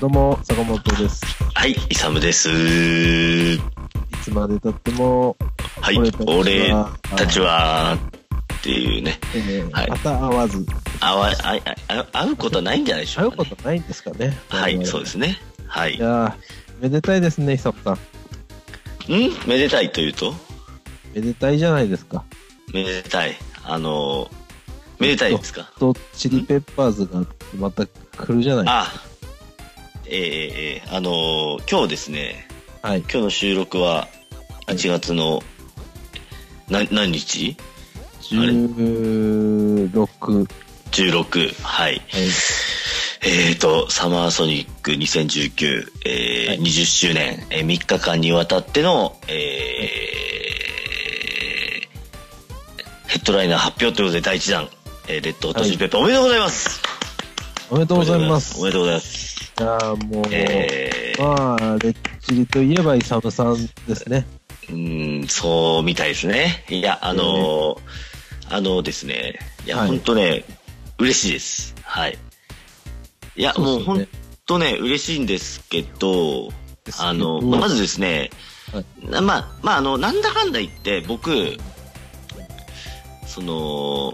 どうも、坂本です。はい、イサムです。いつまで経っても、はい、俺たちは、っていうね。えーはいまた会わず、あわ、あ、あ、あ会うことはないんじゃないでし会ょううか、こね。とないんですかね。。はい、そうですすね。はい。いうやーめでたいですね、久保さん。んめでたいというとめでたいじゃないですか。めでたい。あの、めでたいですかと、チリペッパーズがまた来るじゃないあ、えーえーえーあのー今日ですね、はい。今日の収録ははい1月の、な何日16。 ?16。ははい。い。えー、と、サマーソニック2019、えーはい20周年、えー3日間にわたっての、えー、ヘッドライナー発表ということで第1弾、えーレッドホットチリペッパー、おめでとうございますおめでとうございます。おめでとうございます。いやーもう、えーまあ、レッチリといえばイサムさんですね。うーん、そうみたいですね。いや、あのーあのですね、いや、はい本当ね、嬉しいです。はい。いや、そもうです本ね当ね、嬉しいんですけど、ですけどあの、まずですね、はいなまあ、まあ、あの、なんだかんだ言って、僕、その、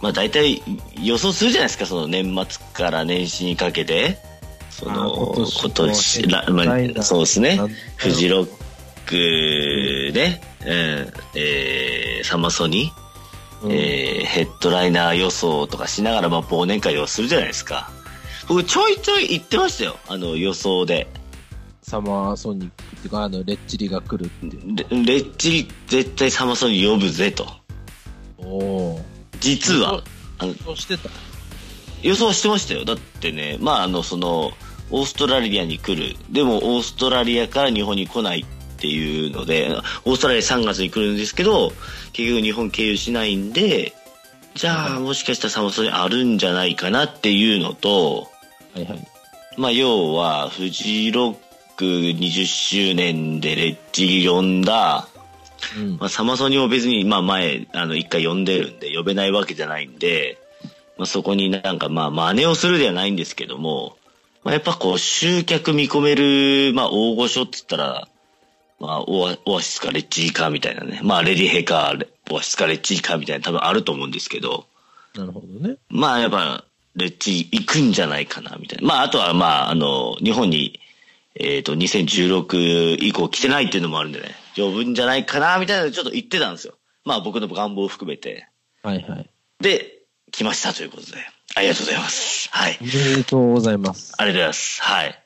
まあ、大体予想するじゃないですか、その年末から年始にかけて、そあの、ー今今年年、ら今年まライダーあ、そうですねなんだろ、うフジロックね、うん、えーサマソニ、うんえーヘッドライナー予想とかしながら、まあ、忘年会をするじゃないですか。僕、ちょいちょい言ってましたよ、あの、予想で。サマーソニックっていうか、あの、レッチリが来るっていう。レレッチリ絶対サマソニ呼ぶぜと。おー。実は、あのそうしてた。予想してましたよ。だってね、まあ、あの、その、オーストラリアに来る。でも、オーストラリアから日本に来ないっていうので、オーストラリア3月に来るんですけど、結局日本経由しないんで、じゃあ、もしかしたらサマソニあるんじゃないかなっていうのと、はいはい。まあ、要は、フジロック20周年でレッチリ呼んだ、うんま。あ、サマソニも別に、まあ、前、あの、一回呼んでるんで、呼べないわけじゃないんで、まあ、そこになんか、まあ、真似をするではないんですけども、まあ、やっぱこう、集客見込める、まあ、大御所って言ったら、まあ、オアオアシスかレッチーかみたいなね、まあ、レディヘか、レオアシスかレッチーかみたいな、多分あると思うんですけど、なるほどね。まあ、やっぱ、レッチー行くんじゃないかな、みたいな。まあ、あとは、まあ、あの、日本に、えっ、と、2016以降来てないっていうのもあるんでね、呼ぶんじゃないかな、みたいなのちょっと言ってたんですよ。まあ、僕の願望を含めて。はいはい。で、来ましたということで。ありがとうございます。はいお。めでとうございます。ありがとうございます。はい。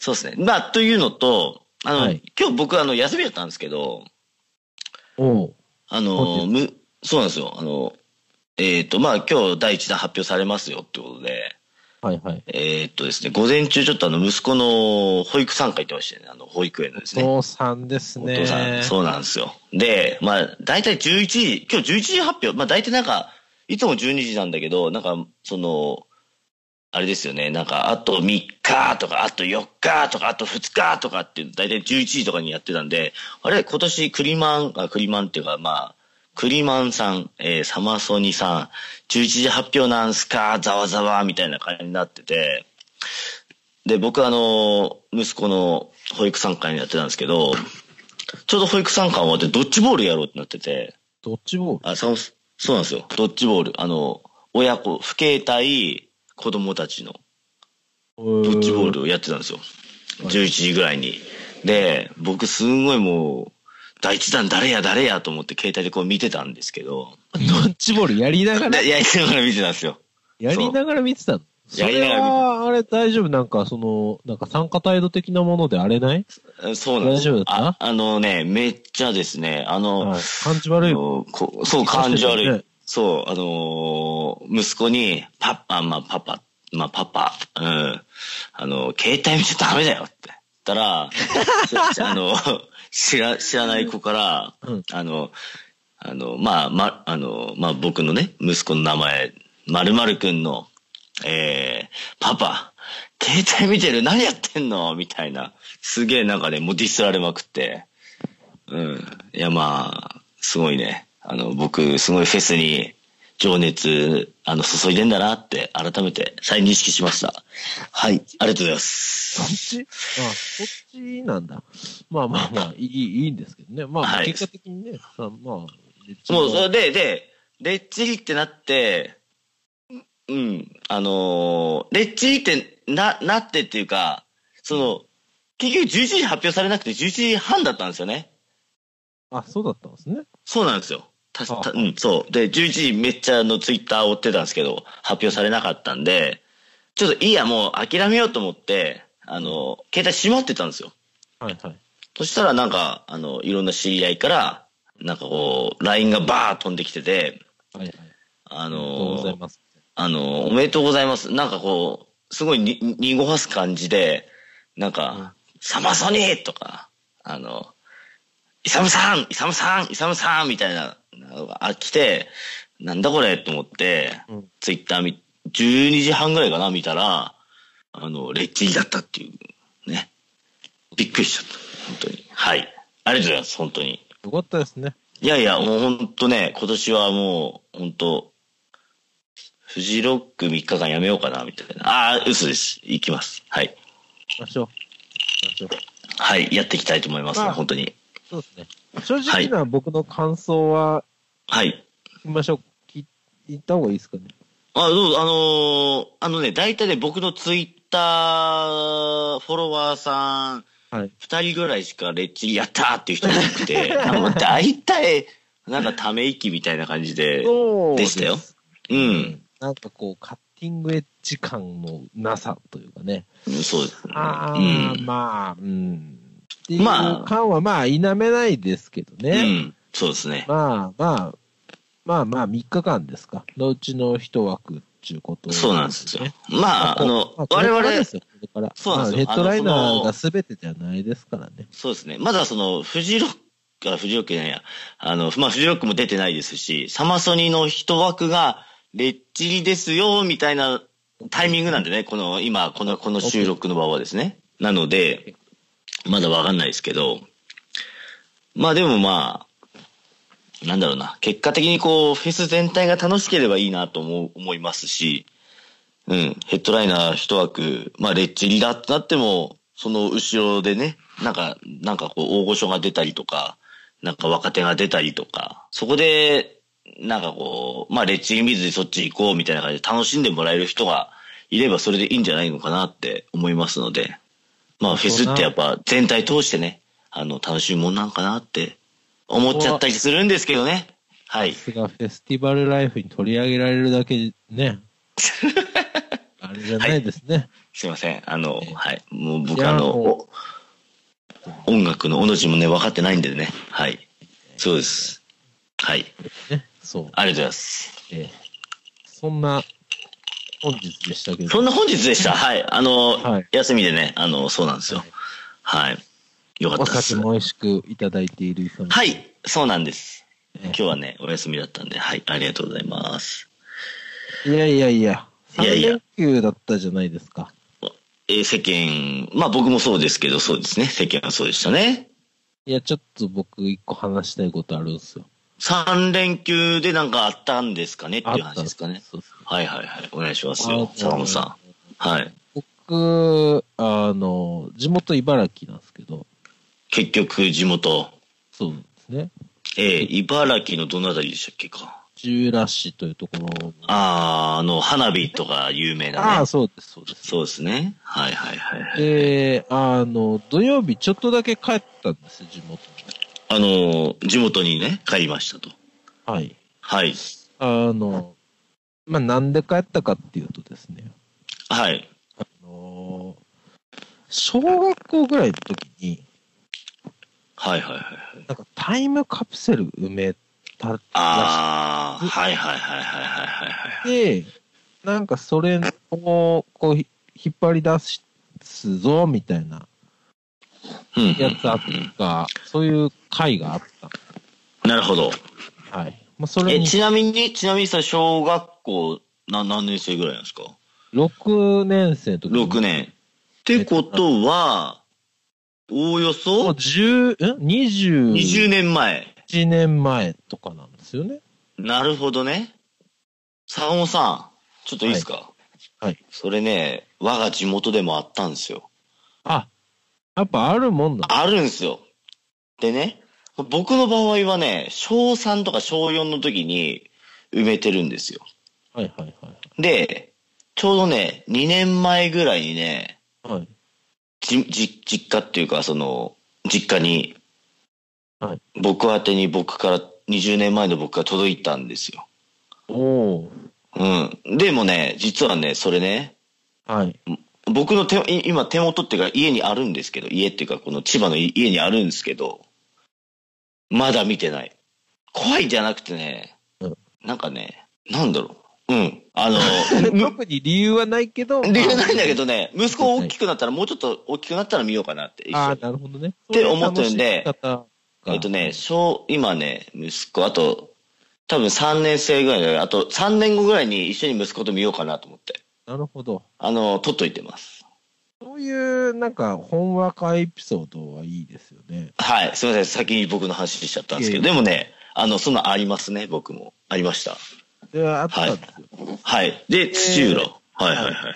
そうですね。まあ、というのと、あの、はい今日僕、あの、休みだったんですけど、おう。あその、うむ、そうなんですよ。あの、えっ、と、まあ、今日第一弾発表されますよってことで、はいはい。えーっとですね、午前中ちょっとあの息子の保育参加行ってましたよね、あの保育園のですね。父さんですね。お父さん、そうなんですよ。で、まあ、大体11時、今日11時発表、まあ大体なんか、いつも12時なんだけど、なんか、その、あれですよね、なんか、あと3日とか、あと4日とか、あと2日とかっていう、大体11時とかにやってたんで、あれ、今年、クリマン、あクリマンっていうか、まあ、クリマンさん、えーサマソニさん、11時発表なんすか、ざわざわ、みたいな感じになってて、で、僕、あの、息子の保育参観にやってたんですけど、ちょうど保育参観終わって、ドッジボールやろうってなってて、ドッジボール。あ、そう、そうなんですよ。ドッジボール。あの、親子、不携帯、子供たちのドドッジボー。ルをやってたんですよ。11時ぐらいに。で、僕すんごいもう、第一弾誰や誰やと思って携帯でこう見てたんですけど、ドッジボールやりな がら、でやりながら見てたんですよ。やりながら見てたの。そやりなれがら見ては、あれ大丈夫なんか、その、なんか参加態度的なものであれないそうなんです大丈夫よ。だったああのね、めっちゃですね、あの、はい。感じ悪いあよ。のこそう、感じ悪い。ねそう、あのー息子に、パパ、まあ、パパ、まあ、パパ、うん、あの、携帯見ちゃダメだよって。言っ たら、あの、知ら、知らない子から、うんあの、あの、まあ、ま、あの、まあ、僕のね、息子の名前、まるまるくんの、えー、パパ、携帯見てる何やってんのみたいな、すげえなんかね、もうディスられまくって、うん。いや、まあ、すごいね。あの、僕、すごいフェスに情熱、あの、注いでんだなって、改めて再認識しました。はい、ありがとうございます。そっちあ、そっちなんだ。まあまあまあ、いい、いいんですけどね。まはあ、い結果的にね、さまあ、もう、それで、で、レッチリってなって、うん、あのーレッチリってな、なってっていうか、その、結局11時発表されなくて11時半だったんですよね。あ、そうだったんですね。そうなんですよ。たあたうん、そう。で、11時めっちゃあのツイッター追ってたんですけど、発表されなかったんで、ちょっといいや、もう諦めようと思って、あの、携帯閉まってたんですよ。はいはい。そしたらなんか、あの、いろんな知り合いから、なんかこう、LINE がバーッ飛んできてて、はいはい。ああのございます。あの、おめでとうございます。なんかこう、すごいに、に濁す感じで、なんか、サマソニーとか、あの、イサムさんイサムさんイサムさんみたいなのがあ来て、なんだこれと思って、うんツイッター見、12時半ぐらいかな見たら、あの、レッチリだったっていう、ね。びっくりしちゃった。本当に。はい。ありがとうございます。本当に。よかったですね。いやいや、もう本当ね、今年はもう、本当フジロック3日間やめようかな、みたいな。ああー、嘘です。行きます。はい。行きましょう。行きましょう。はい、やっていきたいと思いますね、まあ本当に。そうですね。正直な僕の感想は、はい。行きましょう。聞いた方がいいですかね。あ、どうぞ、あのーあのね、大体ね、僕のツイッター、フォロワーさん、はい。 2人ぐらいしかレッチリやったーっていう人いなくて、 なんか大体、なんかため息みたいな感じ で、そうでしたよすうん、。なんかこう、カッティングエッジ感のなさというかね。そうですね。ああ、うんまあ、うん。っていうまあ感はまあ、否めないですけどうね。ん、そうですね。まあまあ、まあまあ、3日間ですか。のうちの一枠っていうこと、そうなんですよね。。まあ、あの、我々、ですよこれからそうなんですよまあヘッドライあナのーが全てじゃないですからね。そうですね。まだその、フジロック、あ、フジロックじゃないや。あの、まあ、フジロックも出てないですし、サマソニの一枠が、レッチリですよ、みたいなタイミングなんでね、この、今、この、この収録の場はですね。なので、まだわかんないですけど、まあでもまあ、なんだろうな、結果的にこう、フェス全体が楽しければいいなと思う、思いますし、うん、ヘッドライナー一枠、まあ、レッチリだってなっても、その後ろでね、なんか、なんかこう、大御所が出たりとか、なんか若手が出たりとか、そこで、なんかこう、まあ、レッチリ見ずにそっち行こうみたいな感じで楽しんでもらえる人がいればそれでいいんじゃないのかなって思いますので、まあ、フェスってやっぱ全体通してね、あの、楽しいもんなんかなって思っちゃったりするんですけどね。はいさ。すがフェスティバルライフに取り上げられるだけね。あれじゃないですね。すいません。あのえ、えはい。もうい僕やあの、もお音楽のおの字もね、分かってないんでね。はい。そうです。はい。ねそう。ありがとうございます。えーそんな本日でしたけそど、んな本日でした。はい。あの、はい休みでね、あの、そうなんですよ。はい。よかっおたです酒。も美味しくいただいているそのはい。そうなんです。え今日はね、お休みだったんで、はい。ありがとうございます。いやいやいや、いやい3や連休だったじゃないですか。えー世間、まあ僕もそうですけど、そうですね。世間はそうでしたね。いや、ちょっと僕一個話したいことあるんですよ。 3連休でなんかあったんですかねっていう話ですかね。そうそうはいはいはい。お願いしますあのよ。坂本さん。はい。僕、あの、地元茨城なんですけど、結局、地元。そうですね。ええ茨城のどのあたりでしたっけか。中浦市というところ。あー、あの、花火とか有名あなあ、ね。そうです、そうです。そうですね。はいはいはいはい。で、あの、土曜日ちょっとだけ帰ったんですよ、地元に。あの、地元にね、帰りましたと。はい。はい。あの、まあ、なんで帰ったかっていうとですね、はい。あの、小学校ぐらいの時に、はいはいはい。なんかタイムカプセル埋めたらあー、はいはいはいはいはいはいはい。しくて、なんかそれをこうひ引っ張り出すぞみたいなうんやつあった、そういう会があった。なるほど。はい。まあ、それえ、にちなみに、ちなみにさ、小学校、な、何年生ぐらいなんですか6年生の時に ?6 年。ってことは、おおよもうそ10、ん ?21 20年前。年前とかなんですよね。なるほどね。坂本さん、ちょっといいですか、はいはいそれね、我が地元でもあったんですよ。あ、やっぱあるもんだ。あるんですよ。でね、僕の場合はね、小3とか小4の時に埋めてるんですよ。はいはいはい。で、ちょうどね、2年前ぐらいにね、はい。じ、じ、実家っていうか、その、実家に、はい僕宛てに僕から、20年前の僕が届いたんですよ。おおうん。でもね、実はね、それね、ー。はい。僕の手、い今手元っていうか家にあるんですけど、家っていうかこの千葉のい家にあるんですけど、まだ見てない。怖いじゃなくてね、うんなんかね、なんだろう。うん。あ の、 特に理由はないけど。理由ないんだけど。どね、息子大きくなったら、もうちょっと大きくなったら見ようかなって、一あ緒あ、になるほどね。って思ってるんでそういう楽しみ方がえっとね、小、今ね、息子、あと、多分3年生ぐらいだから、あと3年後ぐらいに一緒に息子と見ようかなと思って、なるほど。あの、撮っといてます。そういう、なんか、ほんわかエピソードはいいですよね。はい、すいません、先に僕の話しちゃったんですけど、いえでもね、あの、そんなんありますね、僕も。ありました。で、あったんですよ。はい。で、土浦。えはいはいはいはい。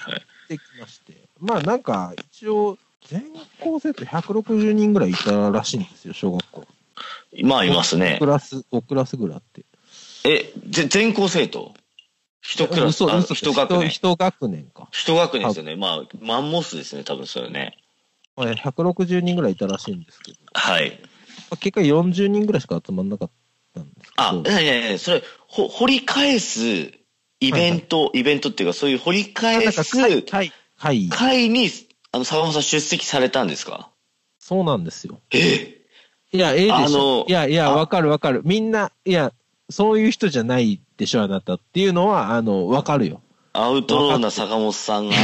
できまして。まあ、なんか、一応、全校生徒160人ぐらいいたらしいんですよ、小学校。まあ、いますねク。ラス、5クラスぐらいあって。え、ぜ全校生徒一クラス、嘘あ嘘一学年一。一学年か。一学年ですよね。まあ、マンモスですね、多分それね。まあ160人ぐらいいたらしいんですけど、はい。まあ結果40人ぐらいしか集まんなかったんですけど。あ、いやいやいや、それ、ほ、掘り返すイベント、イベントっていうか、そういう掘り返なんか会、す会、会、会に、あの、坂本さん出席されたんですかそうなんですよ。えいや、ええであしのょ。いや、いや、あわかるわかる。みんな、いや、そういう人じゃないでしょ、あなたっていうのは、あの、わかるよ。アウトローな坂本さんが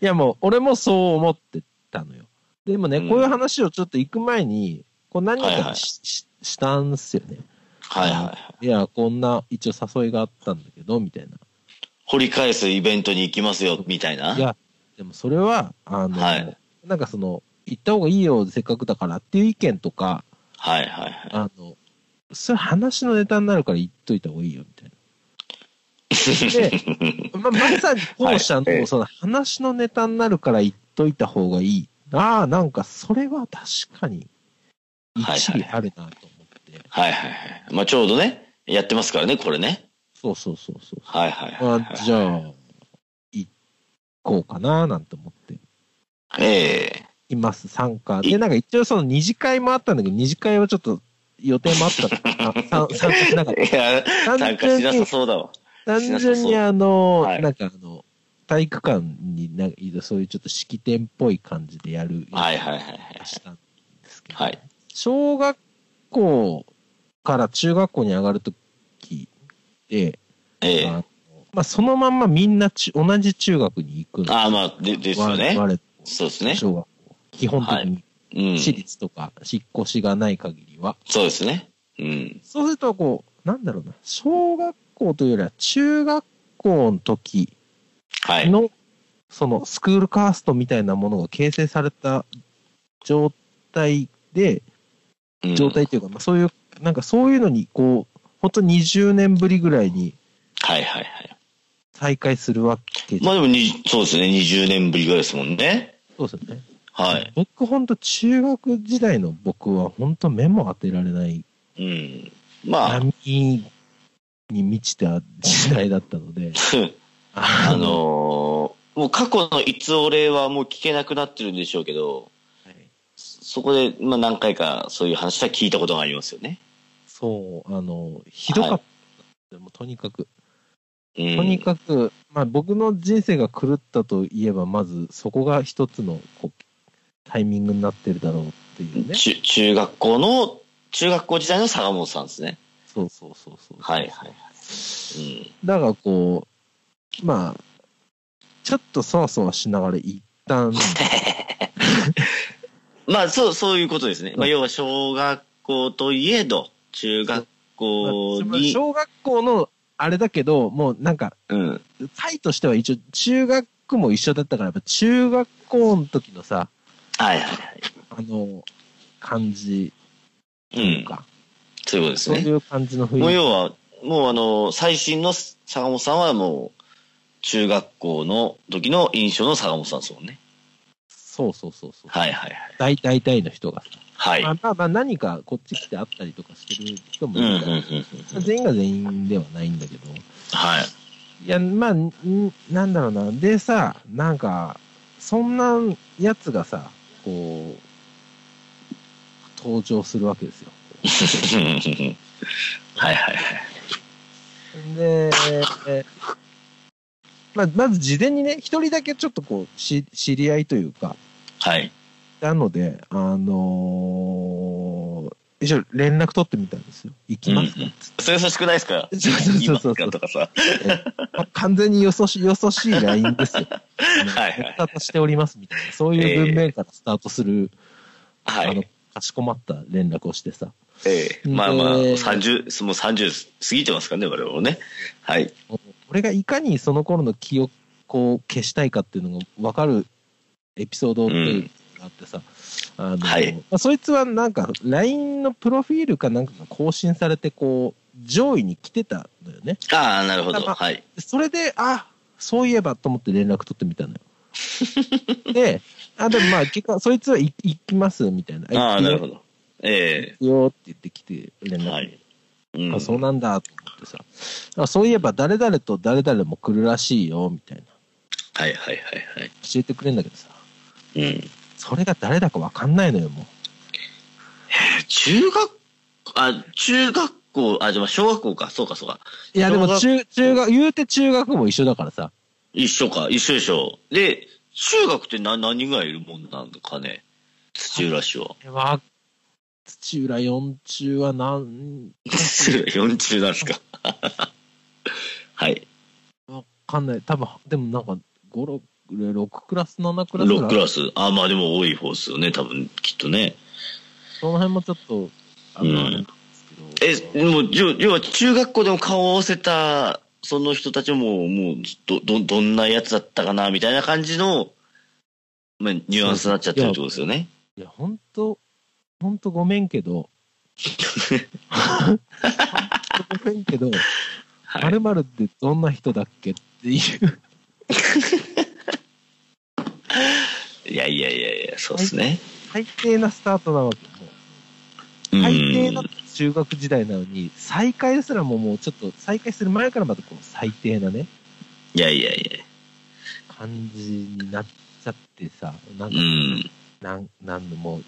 いや、もう、俺もそう思ってたのよ。でもね、うんこういう話をちょっと行く前に、こう何はいかはいにし,し、したんすよね。はいはい。いや、こんな、一応誘いがあったんだけど、みたいな。掘り返すイベントに行きますよ、みたいな。いや、でもそれは、あの、はいなんかその、行った方がいいよ、せっかくだからっていう意見とか、はいはいはい。あの、それ話のネタになるから言っといた方がいいよ、みた いな。で、ま、まさに後者はいええの、その話のネタになるから言っといた方がいい。ああ、なんかそれは確かに、はい一はい理あるなと思って。はいはいはい。まあ、ちょうどね、やってますからね、これね。そうそうそうそう。はいはいはい、まあ、じゃあ、行こうかな、なんて思って。ええいます、参加。で、なんか一応その二次会もあったんだけど、二次会はちょっと予定もあったから、あ参参加しなかっいや、た。な単んかし純なさに、そうだわ。単純にあの、はいなんかあの、体育館になんかそういうちょっと式典っぽい感じでやる、はいはいはいはい。したんですけど、はい。小学校から中学校に上がるときで、ええあのまあ、そのまんまみんなち同じ中学に行くのああ、まあ、でですよね。我々そうですね。小学校。基本的にうん。私立とか引っ越しがない限りは、そうですね。うん。そうするとこうなんだろうな小学校というよりは中学校の時はい。の、そのスクールカーストみたいなものが形成された状態でうん状態というか、まあ、そういうなんかそういうのにこう本当20年ぶりぐらいにはいはいはい。再開するわけじゃまんあでもに、そうですね。20年ぶりぐらいですもんね。そうですよね、はい。僕本当中学時代の僕は本当目も当てられないうん。まあ、波に満ちた時代だったので あのーもう過去のいつお礼はもう聞けなくなってるんでしょうけど、はいそこで、まあ何回かそういう話は聞いたことがありますよね。そう、あの、ひどかった。はでもとにかく、うん。とにかく、まあ僕の人生が狂ったといえば、まずそこが一つのこうタイミングになってるだろうっていうね。中中学校の、中学校時代の坂本さんですね。そうそうそうそう。はいはい。うん。だからこう、まあ、ちょっとそわそわしながら一旦、まあ、そう、そういうことですね。まあ、要は小学校といえど、中学校まあに、小学校のあれだけど、もうなんか、うん。会としては一応中学も一緒だったから、やっぱ中学校の時のさ、はいはいはい。あの、感じう。というんか、そういうことですそうね。いう感じの雰もう囲気。要は、もうあの、最新の坂本さんはもう、中学校の時の印象の坂本さんですもんね。そうそうそうそう。はいはい大大体の人がさ。はい。まはい。あまあまあ何かこっち来て会ったりとかしてる人もういんうるんうんから、うん。全員が全員ではないんだけど。はい。いや、まあ、んなんだろうな。でさ、なんか、そんなやつがさ、こう、登場するわけですよ。はいはいはい。で、えまあ、まず事前にね、一人だけちょっとこう、し知り合いというか、はい。なので、あのー一応連絡取ってみたんですよ。行きますか、うんうんそれ優しくないですかそうそうそうそう今かとかさ。まあ完全によそし、よそしい LINE ですよ。 はいスタートしておりますみたいな、そういう文面からスタートする、はあのい。、かしこまった連絡をしてさ、ええ。まあまあ、で30、もう30過ぎてますからね、我々もね。はい。俺がいかにその頃の記憶を消したいかっていうのが分かるエピソードっていうのがあってさ、あのはいまあ、そいつはなんか LINE のプロフィールかなんかが更新されてこう上位に来てたのよねああ、なるほど。まあまあはい。それであそういえばと思って連絡取ってみたのよ であでもまあ結果そいつはい行きますみたいなああ、なるほどど。えよって言ってきて連え。絡、はい。うんあそうなんだと思ってさあそういえば誰々と誰々も来るらしいよみたいなはいはいはいはい。教えてくれんだけどさうん。それが誰だか分かんないのよも中学、あ、中学校、あ、じゃあまあ小学校か、そうかそうか。ういやでも小中中学言うて中学も一緒だからさ一緒か、一緒でしょ。で、中学って何何人ぐらいいるもんなんかね、土浦市 は。は土浦四中は何土浦4中なんですか。 はい。分かんない多分でもなんか56クラス7クラスぐ6クらいラス。あ、まあでも多い方ですよね、多分、きっとね。その辺もちょっとあの、うんあれなんですえ、けどでもう、要要は中学校でも顔を合わせた、その人たちも、もう、ど、ど、どんなやつだったかな、みたいな感じの、まあ、ニュアンスになっちゃってるってことですよね。いや本当本当ごめんけ どほんとごめんけどはいまるまるってどんな人だっけっていういやいやいやいや、そうですね。最低なスタートなわけもううん最低な中学時代なのに再開すらももうちょっと再開する前からまたこう最低なねいやいやいや。感じになっちゃってさなんうか、ん。なんなんのもう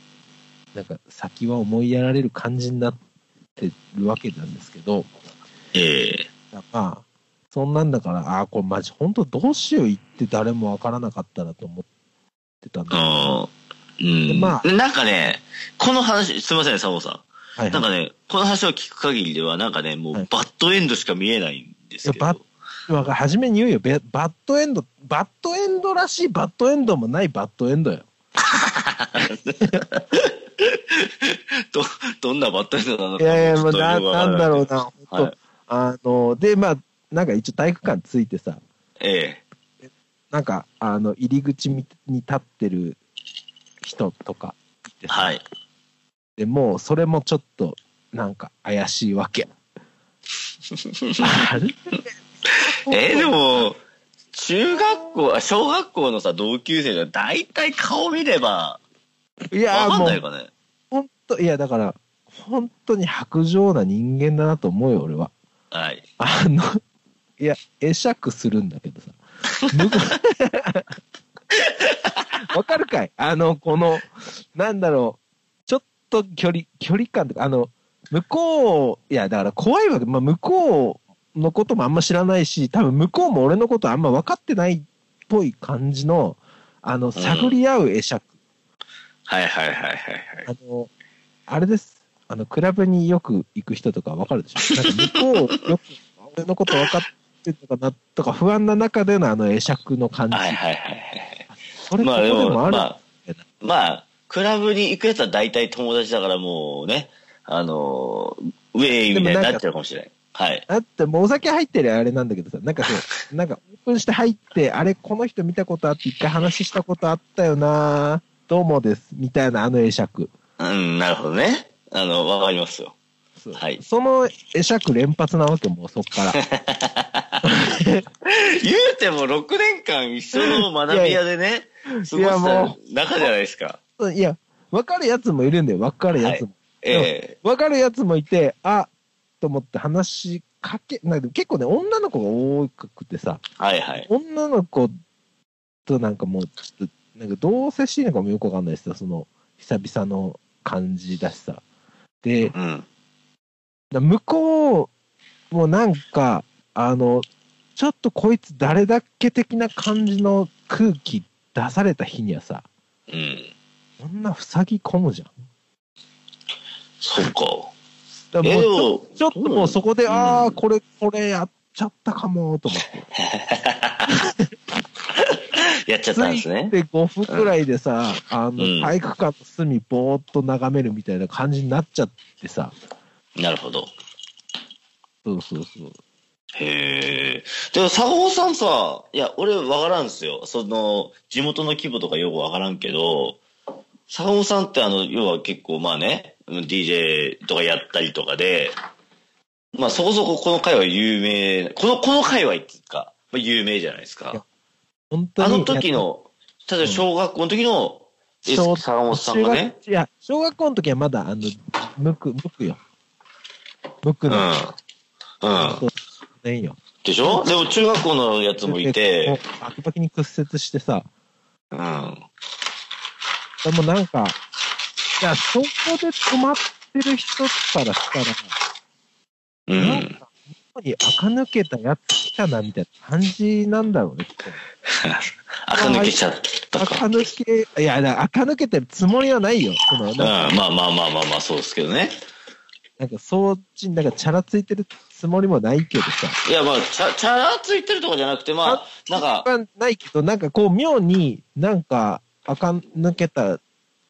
なんか先は思いやられる感じになってるわけなんですけどええまあそんなんだからああーこれマジ本当どうしよう言って誰もわからなかったらと思ってたんだけどあーうん。まあなんかね、この話、すいません、サボさはいん。なんはかね、この話を聞く限りでは、なんかね、もう、はいバッドエンドしか見えないんですけど。いやバいわか初めに言うよべバッドエンドバッドエンドらしいバッドエンドもないバッドエンドよど、どんなバッドエンドなのいかやいや、ちょもっうとな、よくわなからんだろうな、本当、はいあの、で、まあ、なんか一応体育館着いてさ、ええなんか、あの、入り口みに立ってる人とか、はい。でもう、それもちょっと、なんか怪しいわ け。あれえーでも、中学校、あ小学校のさ、同級生が大体顔見れば、いや、わかんも、ないうかね。本当いや、だから、本当に薄情な人間だなと思うよ、俺は。はい。あの、いや、会釈するんだけどさ。向こう わかるかいあの、この、なんだろう、ちょっと距離、距離感とか、あの、向こう、いや、だから怖いわけ。まあ、向こうのこともあんま知らないし、多分向こうも俺のことあんま分かってないっぽい感じの、あの、探り合う会釈。はいはいはいはいはい。あの、あれです。あの、クラブによく行く人とかわかるでしょなんか向こう、よく、俺のこと分かってたかなとか、不安な中でのあの会釈の感じ。はいはいはいはい。それこまこあででもあも、る。まあ、まあ、クラブに行くやつは大体友達だからもうね、あのー、ウェイみたいになっちゃうかもしれない。はい。だってもうお酒入ってるあれなんだけどさ、なんかそう なんかオープンして入って、あれこの人見たことあって一回話したことあったよなどうもです、みたいなあの会釈。うん、なるほどね。あの、わかりますよ。そうはいその会釈連発なわけ、もうそっ から。言うても6年間一緒の学び屋でね、過いやごもした中じゃないですか。うんいや、分かるやつもいるんだよ、分かるやつも。ええ分かるやつもいて、あと思って話しかけ、なんか結構ね、女の子が多くてさ、はいはい。女の子となんかもう、ちょっと、なんかどう接していいのかもよくわかんないしさ、その、久々の感じだしさ。で、うん。だ向こうもなんか、あの、ちょっとこいつ誰だっけ的な感じの空気出された日にはさ、うん。女塞ぎ込むじゃん。そうか。だからえもうえちょよ。ちょっともうそこで、うんああ、これ、これやっちゃったかも、と思って。やっちゃったんですね。で、5分くらいでさ、あの、うん体育館の隅、ぼーっと眺めるみたいな感じになっちゃってさ。なるほど。そうそうそう。へえ。でも、佐合さんさ、いや、俺わからんすよ。その、地元の規模とかよくわからんけど、佐合さんってあの、要は結構まあね、うん DJ とかやったりとかで、まあそこそここの界は有名、この、この界隈っていうか、まあ、有名じゃないですいやか。本当あに。の時の、例えば小学校の時の、うん坂本さんがね、いや、小学校の時はまだ、あの、むく、むくよ。むうくん。の、うん。ねんよ。でしょでも中学校のやつもいもうて、、バキバキに屈折してさ、うん。でもなんか、いや、そこで止まってる人からしたら、うなんん。か、ここに垢抜けたやつ来たな、みたいな感じなんだろうね、きっと 垢抜けちゃったか。垢抜け、いや、だから垢抜けてるつもりはないよ。そのなんうん、か、まあまあまあまあまあ、そうですけどね。なんかそうちん、なんかチャラついてるつもりもないけどさ。いや、まあ、チャチャラついてるとかじゃなくて、まあ、なんか、はないけど、なんかこう、妙になんか、垢抜けた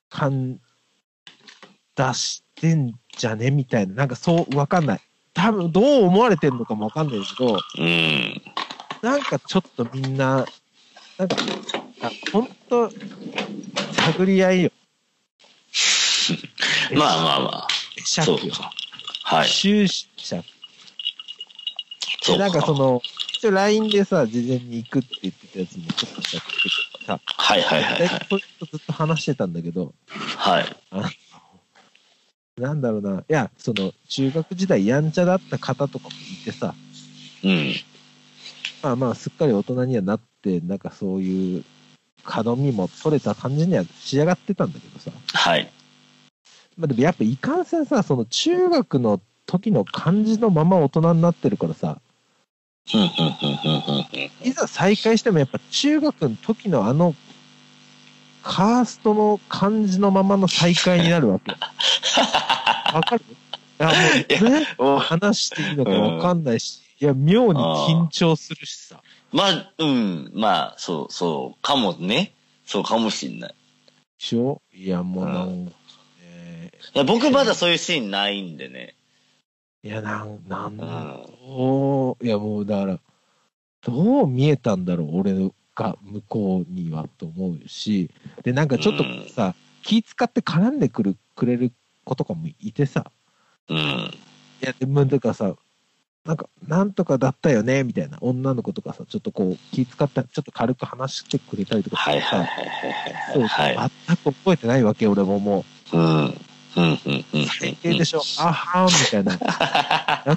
感出してんじゃねみたいな。なんかそう、わかんない。多分、どう思われてんのかもわかんないけど、うん。なんかちょっとみんな、なんか、あほんと、探り合いよ。 まあまあまえしあ、ゃそくうよ。か。はい。終始しゃくそうなんかそか。の、一応 LINE でさ、事前に行くって言ってたやつもちょっとしゃくってさ、はいはいはいはい。そいつとずっと話してたんだけど、はい。なんだろうな、いや、その、中学時代やんちゃだった方とかもいてさ、うん。まあまあ、すっかり大人にはなって、なんかそういう、角みも取れた感じには仕上がってたんだけどさ、はい。まあでもやっぱいかんせんさ、その中学の時の感じのまま大人になってるからさ、ふんふんふんふんふんふん。いざ再会してもやっぱ中学の時のあの、カーストの感じのままの再会になるわ け。わかるいや、もう、ね、お話していいのかわかんないし、いや、妙に緊張するしさ。まあ、うん。まあ、そう、そう、かもね。そうかもしんない。でしょいや、もうなんか、ね、いや、僕まだそういうシーンないんでね。いや、なん、なんうだん。ろう。いや、もうだから、どう見えたんだろう、俺が向こうにはと思うし、で、なんかちょっとうんさ、気使って絡んでくる、くれる子とかもいてさ、うん。いや、でも、だからさ、なんか、なんとかだったよね、みたいな、女の子とかさ、ちょっとこう、気使った、ちょっと軽く話してくれたりとかさ、はいはいはいはいはいそう、はい。全く覚えてないわけ、俺ももうん。うんうんうん。う、最低でしょ、あはん、みたいな。 なんか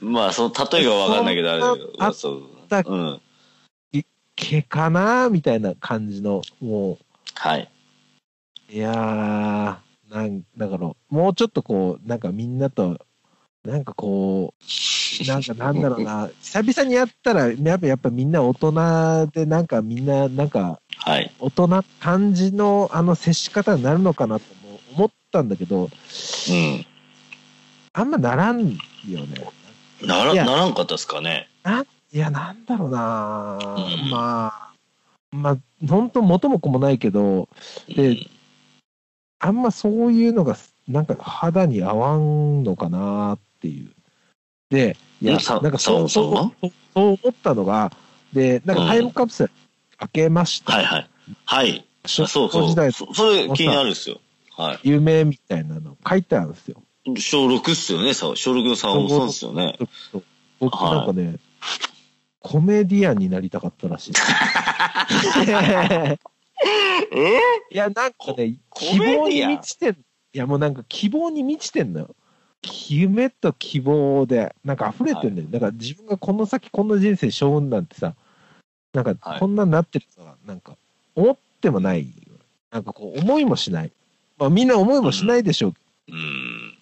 まあ、その例えがわかんないけど、あれだけど。あっそう。たうん。毛かなみたいな感じの、もはい。う、いやー、なんだから、もうちょっとこう、なんかみんなと、なんかこう、なんかなんだろう な、久々にやったら、やっぱやっぱみんな大人で、なんかみんな、なんか、はい。大人感じのあの接し方になるのかなとも思ったんだけど、うあんまならんよね。ん。ないら、やならんかったですかね。いや、なんだろうな、うんまあ、まあ、本当元も子もないけど、でうんあんまそういうのが、なんか肌に合わんのかなっていう。で、いや、うんさなんかそうさそうそうそう思ったのが、で、なんかタイムカプセル開けました。はいはい。はい。小そうそう。時代そそれ気になるっすよ。は夢みたいなの書いてあるんですよ。い。小6っすよね、さ小6の沢本さんっすよね。ちょっと僕はいなんかね、コメディアンになりたかったらし い。えいや、なんかね、コ希望コメデにィアン満ちてん、いやもうなんか希望に満ちてんのよ。夢と希望で、なんか溢れてんだよ。だから自分がこの先こんな人生しょうんなんてさ、なんかはいこんなんなってるとは、なんか思ってもない。なんかこう思いもしない。まあみんな思いもしないでしょうけど。うん。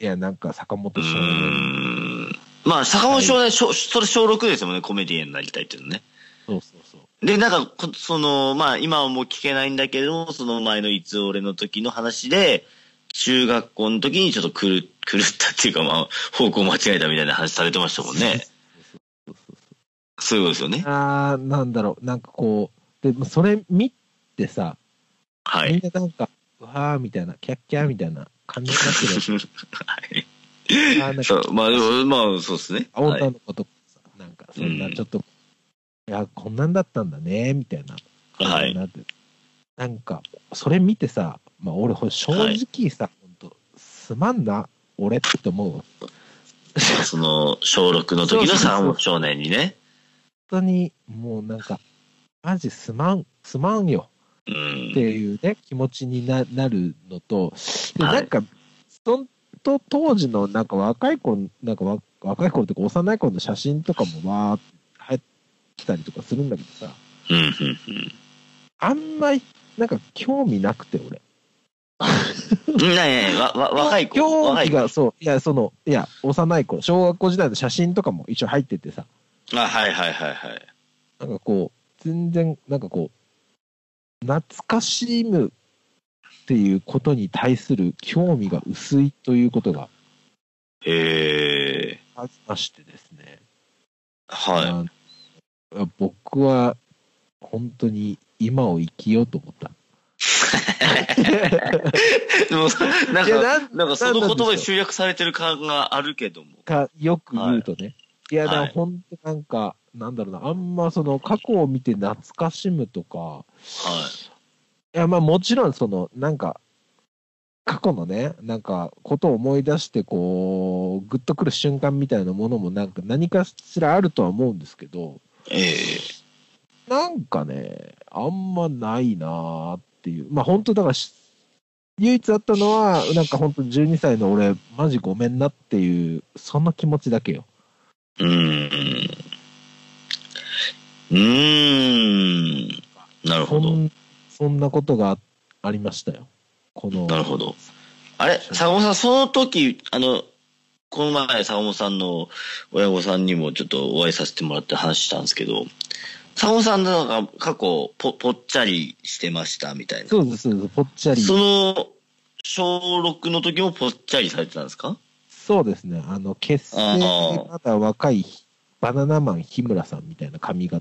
いや、なんか坂う本少年。ん。まあ、坂本少年、小それ小6ですもんね、コメディアンになりたいっていうのね。そうそうそう。で、なんかこ、その、まあ、今はもう聞けないんだけども、その前のいつ俺の時の話で、中学校の時にちょっと狂狂ったっていうか、まあ、方向間違えたみたいな話されてましたもんね。そうそうそそういうことですよねう。 あーなんだろう、なんかこう、でもそれ見てさ、はみ い。んななんか、うわーみたいな、キャッキャーみたいな感じになってる あーなんかそう、まあ、でも、まあ、そうですね。は女い。の子とかさ、なんかそんうなんちょっと、いや、こんなんだったんだね、みたいな感じになって、なんか、それ見てさ、まあ、俺、ほ正直さ、ほんとすまんな、俺って思うわ。その、小6の時そうそうそのう坂本少年にね。本当に、もうなんか、マジすまん、すまんよ。うっんて。いうね、気持ちにななるのと、ではいなんか、そんと当時のなんか若い頃、なんかわ若い頃とか幼い頃の写真とかもわーって入ってたりとかするんだけどさ、うん、うん、うん。あんまりなんか興味なくて、俺。うんねえ、わ、わ、若い子。興若い味子。が、そう、いや、その、いや、幼い頃、小学校時代の写真とかも一応入っててさ、あ、はい、はい、はい、はい。なんかこう、全然、なんかこう、懐かしむっていうことに対する興味が薄いということがへえ。ありましてですね、はい。あの僕は本当に今を生きようと思った。でも、なんいやか、なんなんかそのなんなんでしょ言葉うで集約されてる感があるけども。かよく言うとね、い、やだからはい本当なんか、なんだろうな、あんまその過去を見て懐かしむとか、はいやまあもちろんそのなんか過去のねなんかことを思い出してこうグッとくる瞬間みたいなものもなんか何かしらあるとは思うんですけど、い。ええ。なんかね、あんまないなーっていう。まあ本当だからし、唯一あったのは、なんか本当12歳の俺、マジごめんなっていう、その気持ちだけよ。うーん。うーん。なるそほど。んそんなことがありましたよ。この。なるほど。あれ坂本さん、その時、あの、この前、坂本さんの親御さんにもちょっとお会いさせてもらって話したんですけど、坂本さんなんか過去ぽ、ぽっちゃりしてましたみたいな。そうです、そうです。ぽっちゃり。そその、小6の時もぽっちゃりされてたんですかうですね。あの、結あ成ーまだ若いバナナマン日村さんみたいな髪型。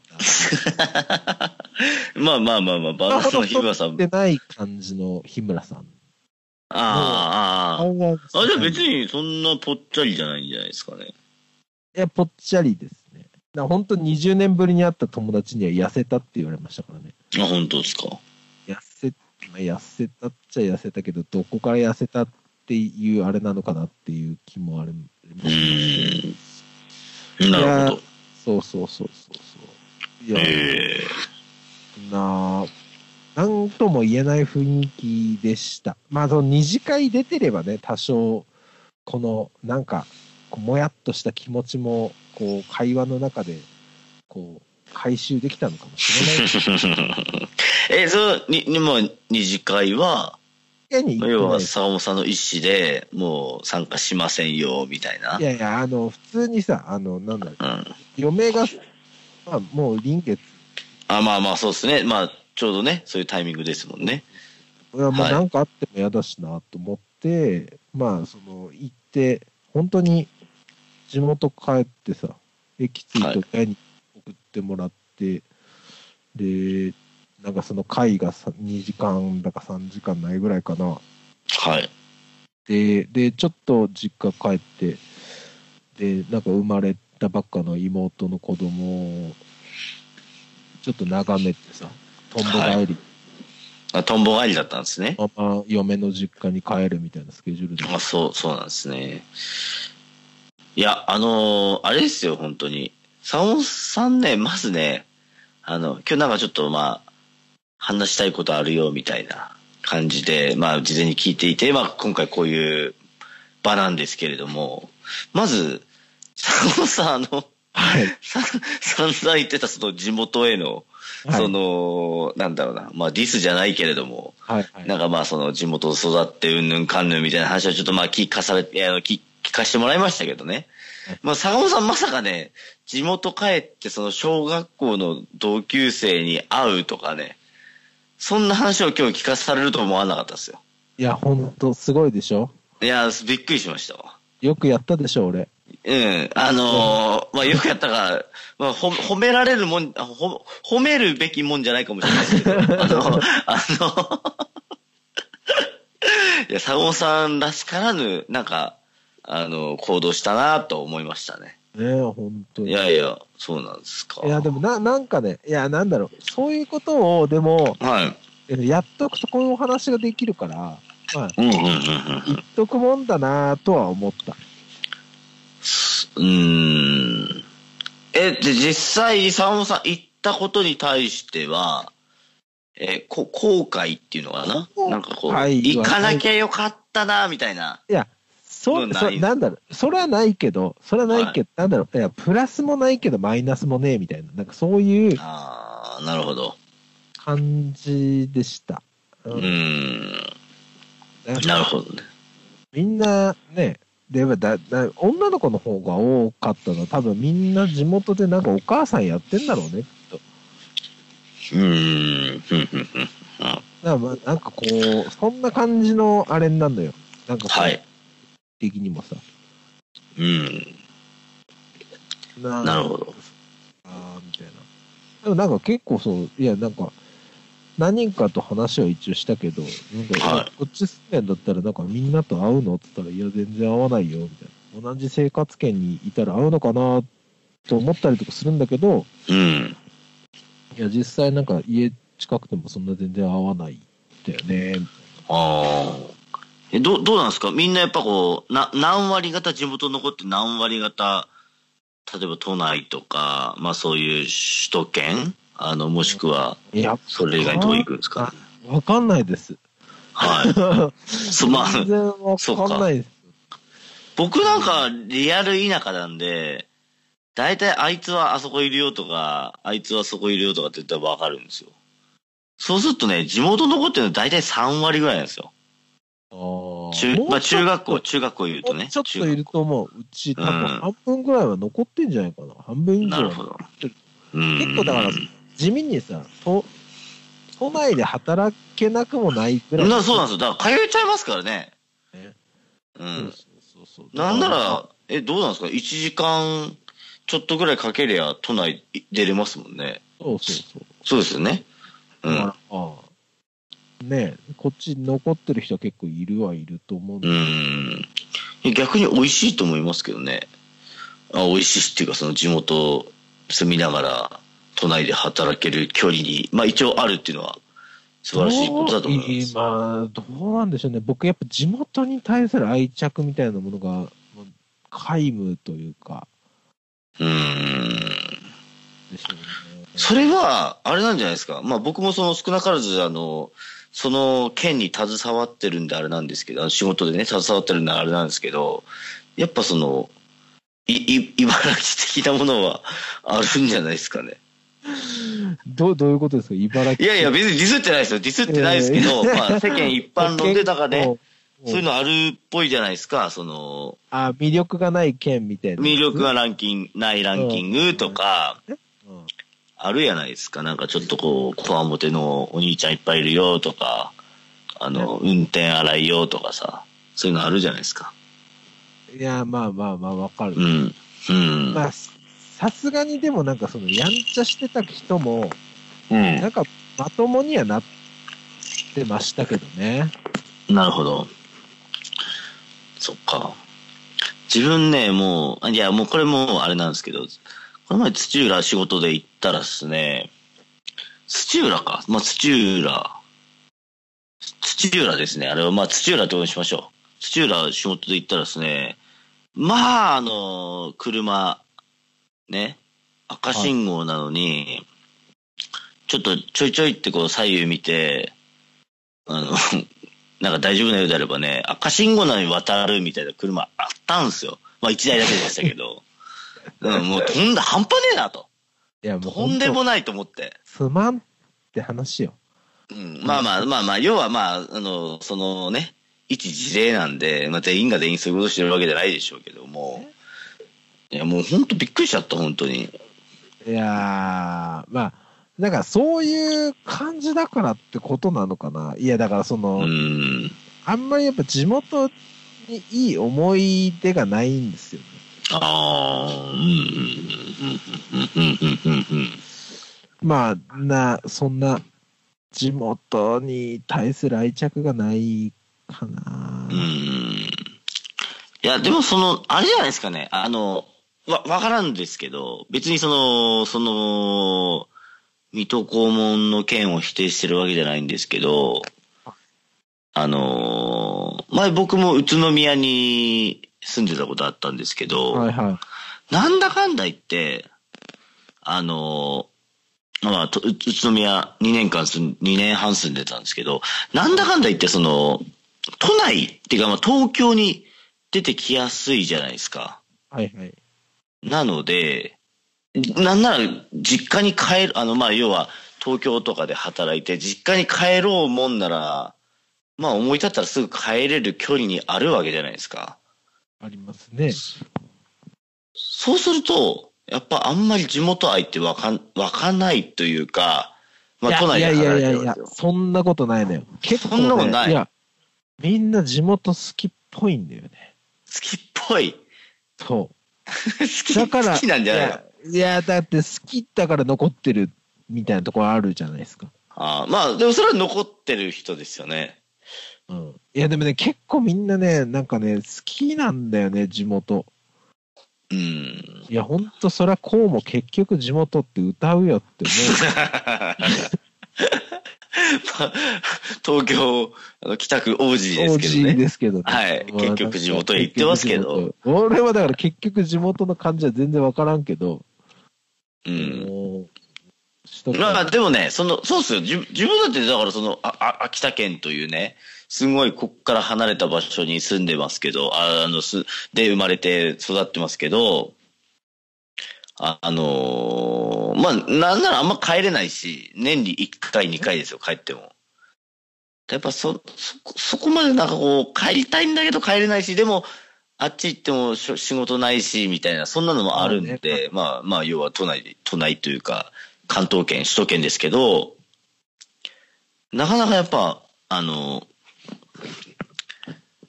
まあまあまあまあ、バナナの日村さん。でない感じの日村さん。ああ、あ顔はあ。あ、じゃあ別にそんなぽっちゃりじゃないんじゃないですかね。いや、ぽっちゃりですね。だから本当に20年ぶりに会った友達には痩せたって言われましたからね。あ、本当ですか。痩せ、まあ痩せたっちゃ痩せたけど、どこから痩せたっていうあれなのかなっていう気もある。うーん。なるほど。そうそうそうそうそう。いや、ええなあ、なんとも言えない雰囲気でした。まあ、その二次会出てればね、多少、この、なんか、こうもやっとした気持ちも、こう、会話の中で、こう、回収できたのかもしれない。え、その、に、にもう二次会は、家に行って 要ないは坂本さんの意思でもう参加しませんよ、みたいな。いやいや、あの、普通にさ、あの、なんだろう、うん。嫁が、まあ、もう臨月、あ、まあまあ、そうですね。まあ、ちょうどね、そういうタイミングですもんね。まあ、はいなんかあっても嫌だしなと思って、まあ、その、行って、本当に、地元帰ってさ、駅着いて親に送ってもらって、で、なんかその会がさ2時間だか3時間ないぐらいかな。はい。で、で、ちょっと実家帰って、で、なんか生まれたばっかの妹の子供を、ちょっと眺めてさ、とんぼ帰り、あトンボ帰りだったんですね。まま嫁の実家に帰るみたいなスケジュールで。あ、そう、そうなんですね。いや、あのーあれですよ、本当に。サオンさんね、まずね、あの、今日なんかちょっとまあ、話したいことあるよ、みたいな感じで、まあ、事前に聞いていて、まあ、今回こういう場なんですけれども、まず、サオンさん、あの、はい。さ散々言ってたその地元への、はいその、なんだろうな、まあ、ディスじゃないけれども、はい、はい。なんかまあその地元を育ってうんぬんかんぬんみたいな話をちょっとまあ聞かされて、あの聞聞かしてもらいましたけどねはい。まあ坂本さんまさかね、地元帰ってその小学校の同級生に会うとかね、そんな話を今日聞かされると思わなかったですよ。いや、ほんと、すごいでしょいやー、びっくりしましたわ。よくやったでしょ、俺。うん。あのーまあよくやったから、まあほ褒められるもん、あほ、褒めるべきもんじゃないかもしれないで すけど、あの、あの、 いや、佐合さんらしからぬ、なんか、あの、行動したなと思いましたね。ねえ、ほんといに。やいや、そうなんですか。いや、でもな、なんかね、いや、なんだろう、そういうことを、でも、はい。えやっとくとこういうお話ができるから、まあ、うんうんうん言っとくもんだなとは思った。うん。うーん。え、で、実際、佐合さん行ったことに対しては、え、こ後悔っていうのかな後悔はなんかこう、ない行かなきゃよかったなみたいな。そうんう、ないそなんだろう、それはないけど、それはないけど、なんだろう、いや、プラスもないけど、マイナスもねえみたいな、なんかそういうああ、なるほど。感じでした。ううんん。なるほどね。みんなね、でだだ女の子の方が多かったのは、多分みんな地元でなんかお母さんやってんだろうね、きっと。うん。ふんふんふんだからまあなんかこう、そんな感じのあれになるのよ。なんかこう、はい。的にもさ。うん。ななるほど。あーみたいな。でもなんか結構そう、いや、なんか、何人かと話は一応したけど、なんか、はいあこっち住んでんだったら、なんかみんなと会うのって言ったら、いや、全然会わないよ、みたいな。同じ生活圏にいたら会うのかなと思ったりとかするんだけど、うん。いや、実際なんか家近くてもそんな全然会わないんだよね。ああ。え、どう、どうなんですかみんなやっぱこう、な、何割方地元残って何割方、例えば都内とか、まあそういう首都圏あの、もしくは、いや、それ以外にどう行くんですかわかんないです。はい。 そ、まあ全、然わかんないです。僕なんかリアル田舎なんで、大体あいつはあそこいるよとか、あいつはそこいるよとかって言ったらわかるんですよ。そうするとね、地元残ってるの大体3割ぐらいなんですよ。あー中も、うまあ中学ちょ校、っ中学校言うととね。ちょっ中とい学ると思う。うち、多うん分半分ぐらいは残ってんじゃないかな。半分以上なるはほど。うん結構だから地味にさ都都内で働けなくもないぐらいなそうなんですよ。だから通えちゃいますからね。ねう。そうんそうそうそうなんなら、え、どうなんですか ?1 時間ちょっとぐらいかけりゃ都内出れますもんね。そうそうそうそうですよね。うだからん。ああねえこっちに残ってる人は結構いるはいると思うんうだん。逆に美味しいと思いますけどね。あ美味しいっていうか、その地元住みながら、都内で働ける距離に、まあ一応あるっていうのは素晴らしいことだと思います。まあどうなんでしょうね僕やっぱ地元に対する愛着みたいなものがもう皆無というかうん。でしょうねそれは、あれなんじゃないですか。まあ僕もその少なからず、あの、その県に携わってるんであれなんですけど、あの仕事でね、携わってるんであれなんですけど、やっぱその、い、い、茨城的なものはあるんじゃないですかね。どうどういうことですか茨城いやいや、別にディスってないですよ。ディスってないですけど、いやいやまあ世間一般論で、だから ね、そういうののあるっぽいじゃないですか。その、あ魅力がない県みたいな魅力がランキング、ないランキングとか、うんあるやないですか。なんかちょっとこう、こわもてのお兄ちゃんいっぱいいるよとか、あの、運転荒いよとかさ、そういうのあるじゃないですか。いや、まあまあまあ、わかる。うん。うん。まあ、ささすがにでもなんかその、やんちゃしてた人も、うんなんかまともにはなってましたけどね。なるほど。そっか。自分ね、もう、あいや、もうこれもあれなんですけど、この前土浦仕事で行ったらですね、土浦か。まあ、土浦土浦ですね。あれは、まあ、土浦としましょう。土浦仕事で行ったらですね、まあ、あの、車、ね、赤信号なのに、ちょっとちょいちょいってこう左右見て、あの、なんか大丈夫なようであればね、赤信号なのに渡るみたいな車あったんですよ。まあ、一台だけでしたけ ど。うん、もう、とんだ、半端ねえなと。いや、もうと本んで当、もないと思って。すまんって話よ。うんまあまあまあまあ、要はまあ、あの、そのね、一事例なんで、まあ、全員が全員そういうことしてるわけじゃないでしょうけども、いや、もう本当びっくりしちゃった、本当に。いやー、まあ、なんかそういう感じだからってことなのかな。いや、だからその、うん。あんまりやっぱ地元にいい思い出がないんですよね。ああ、うん、うん、うん、うん、うん、うん、うん。まあ、な、そんな、地元に対する愛着がないかな。うんいや、でもその、あれじゃないですかね。あの、わ、わからんですけど、別にその、その、水戸黄門の件を否定してるわけじゃないんですけど、あの、前僕も宇都宮に住んでたことあったんですけど、はいはなんだかんだ言って、あの、まあ、と宇都宮2年間住ん、2年半住んでたんですけど、なんだかんだ言って、その、都内っていうか、まあ、東京に出てきやすいじゃないですか。い。はいはい。なので、なんなら実家に帰る、あの、まあ、要は東京とかで働いて、実家に帰ろうもんなら、まあ、思い立ったらすぐ帰れる距離にあるわけじゃないですか。ありますね。そうすると、やっぱあんまり地元愛ってわかん、わかないというか、まあ都い内でやい働やいいてやるいわやけですよ。そんなことないのよ。結構、ね、そんなことないいや、みんな地元好きっぽいんだよね。好きっ ぽい。そ好き、う。だから、好きなんじゃないいのやいや、だって好きだから残ってるみたいなところあるじゃないですか。ああまあ、でもそれは残ってる人ですよね。うん。いや、でもね、結構みんなね、なんかね、好きなんだよね、地元。うん。 いや、ほんと、そりゃこうも結局地元って歌うよってね。まあ東京、あの北区王子ですけどね。ですけどね。はいまあ結局地元へ行ってますけど。結局地元俺はだから結局地元の感じは全然わからんけど。うん。もう首都圏まあ、でもね、その、そうっすよ。自分自分だって、だからその、あ、あ、秋田県というね、すごいこっから離れた場所に住んでますけど、ああの、す、で生まれて育ってますけど、あ、あのーまあ、なんならあんま帰れないし、年に1回、2回ですよ、帰っても。やっぱそ、そこ、そこまでなんかこう、帰りたいんだけど帰れないし、でも、あっち行ってもしょ仕事ないし、みたいな、そんなのもあるんまあで、まあ、まあ、要は都内、都内というか、関東圏、首都圏ですけど、なかなかやっぱ、あの、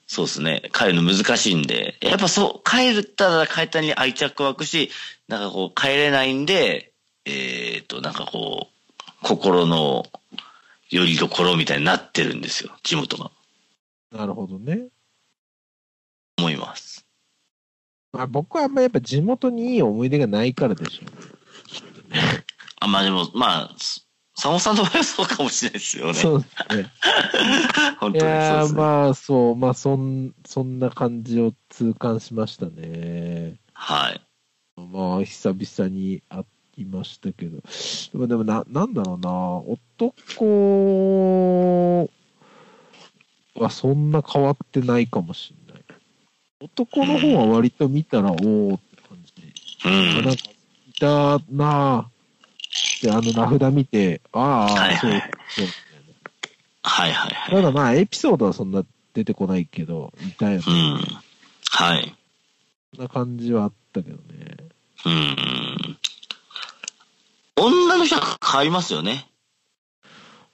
そうですね。帰るの難しいんで。やっぱそう、帰ったら帰ったに愛着湧くし、なんかこう、帰れないんで、えっ、と、なんかこう、心のよりどころみたいになってるんですよ。地元が。なるほどね。思います。まあ、僕はあんまやっぱ地元にいい思い出がないからでしょ。あ、まあでも、まあ、す佐野さんの場合はそうかもしれないですよね。そうですね。本い当にそうやでーすね。まあそう、まあそん、そんな感じを痛感しましたね。はい。まあ久々に会いましたけど。でもでもな、なんだろうな、男はそんな変わってないかもしれない。男の方は割と見たら、おーって感じ。うあなんん。か、いたなぁ。で、あの、名札見て、ああ、はいはいそう、はいはいはそう。ただまあ、エピソードはそんな出てこないけど、いたよね。い。うん。はい。そんな感じはあったけどね。うん。女の人は変わりますよね。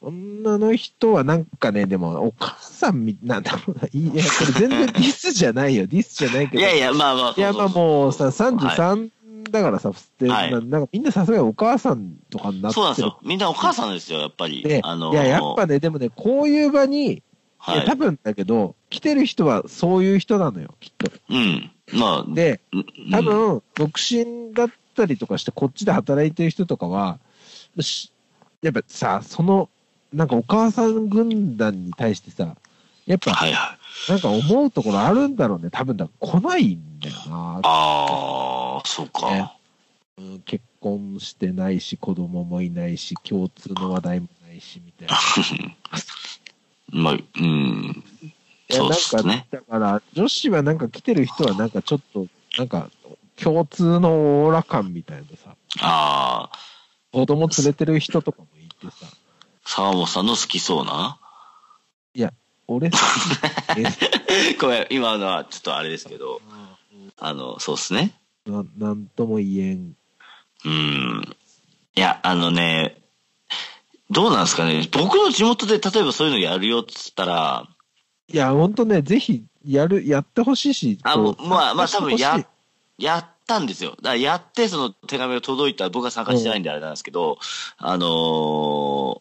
女の人はなんかね、でも、お母さんみ、なんだろうな、いいね。これ全然ディスじゃないよ。ディスじゃないけいど。やいいや、まあまあ、やまあもうさ、33だからさ、ではいななんかみんなさすがにお母さんとかになってそうなんでするよ。みんなお母さんですよ、やっぱり。で、あのいや、やっぱね、でもね、こういう場に、はいや多分だけど、来てる人はそういう人なのよ、きっと。うん。まあ、で、うん多、分、独身だったりとかして、こっちで働いてる人とかは、しやっぱさ、その、なんかお母さん軍団に対してさ、やっぱ、はいはい。なんか思うところあるんだろうね。多分だ、来ないんだよな。ああ、そうか。ねうん結婚してないし、子供もいないし、共通の話題もないし、みたいな。まあ、うん。いやそうっすね。だから、女子はなんか来てる人はなんかちょっと、なんか、共通のオーラ感みたいなさ、ああ、子供連れてる人とかもいてさ、沢本さんの好きそうな。 俺さ、えごめん、今のはちょっとあれですけど、あの、そうっすね。ななんとも言えん。うん。いや、あのね、どうなんですかね。僕の地元で例えばそういうのやるよっつったら、いや、ほんとね、ぜひ、やる、やってほしいし、あ、こもううまあ、まあ、多参分加してほしや、やったんですよ。だからやって、その手紙が届いた、僕は参加してないんであれなんですけど、あのー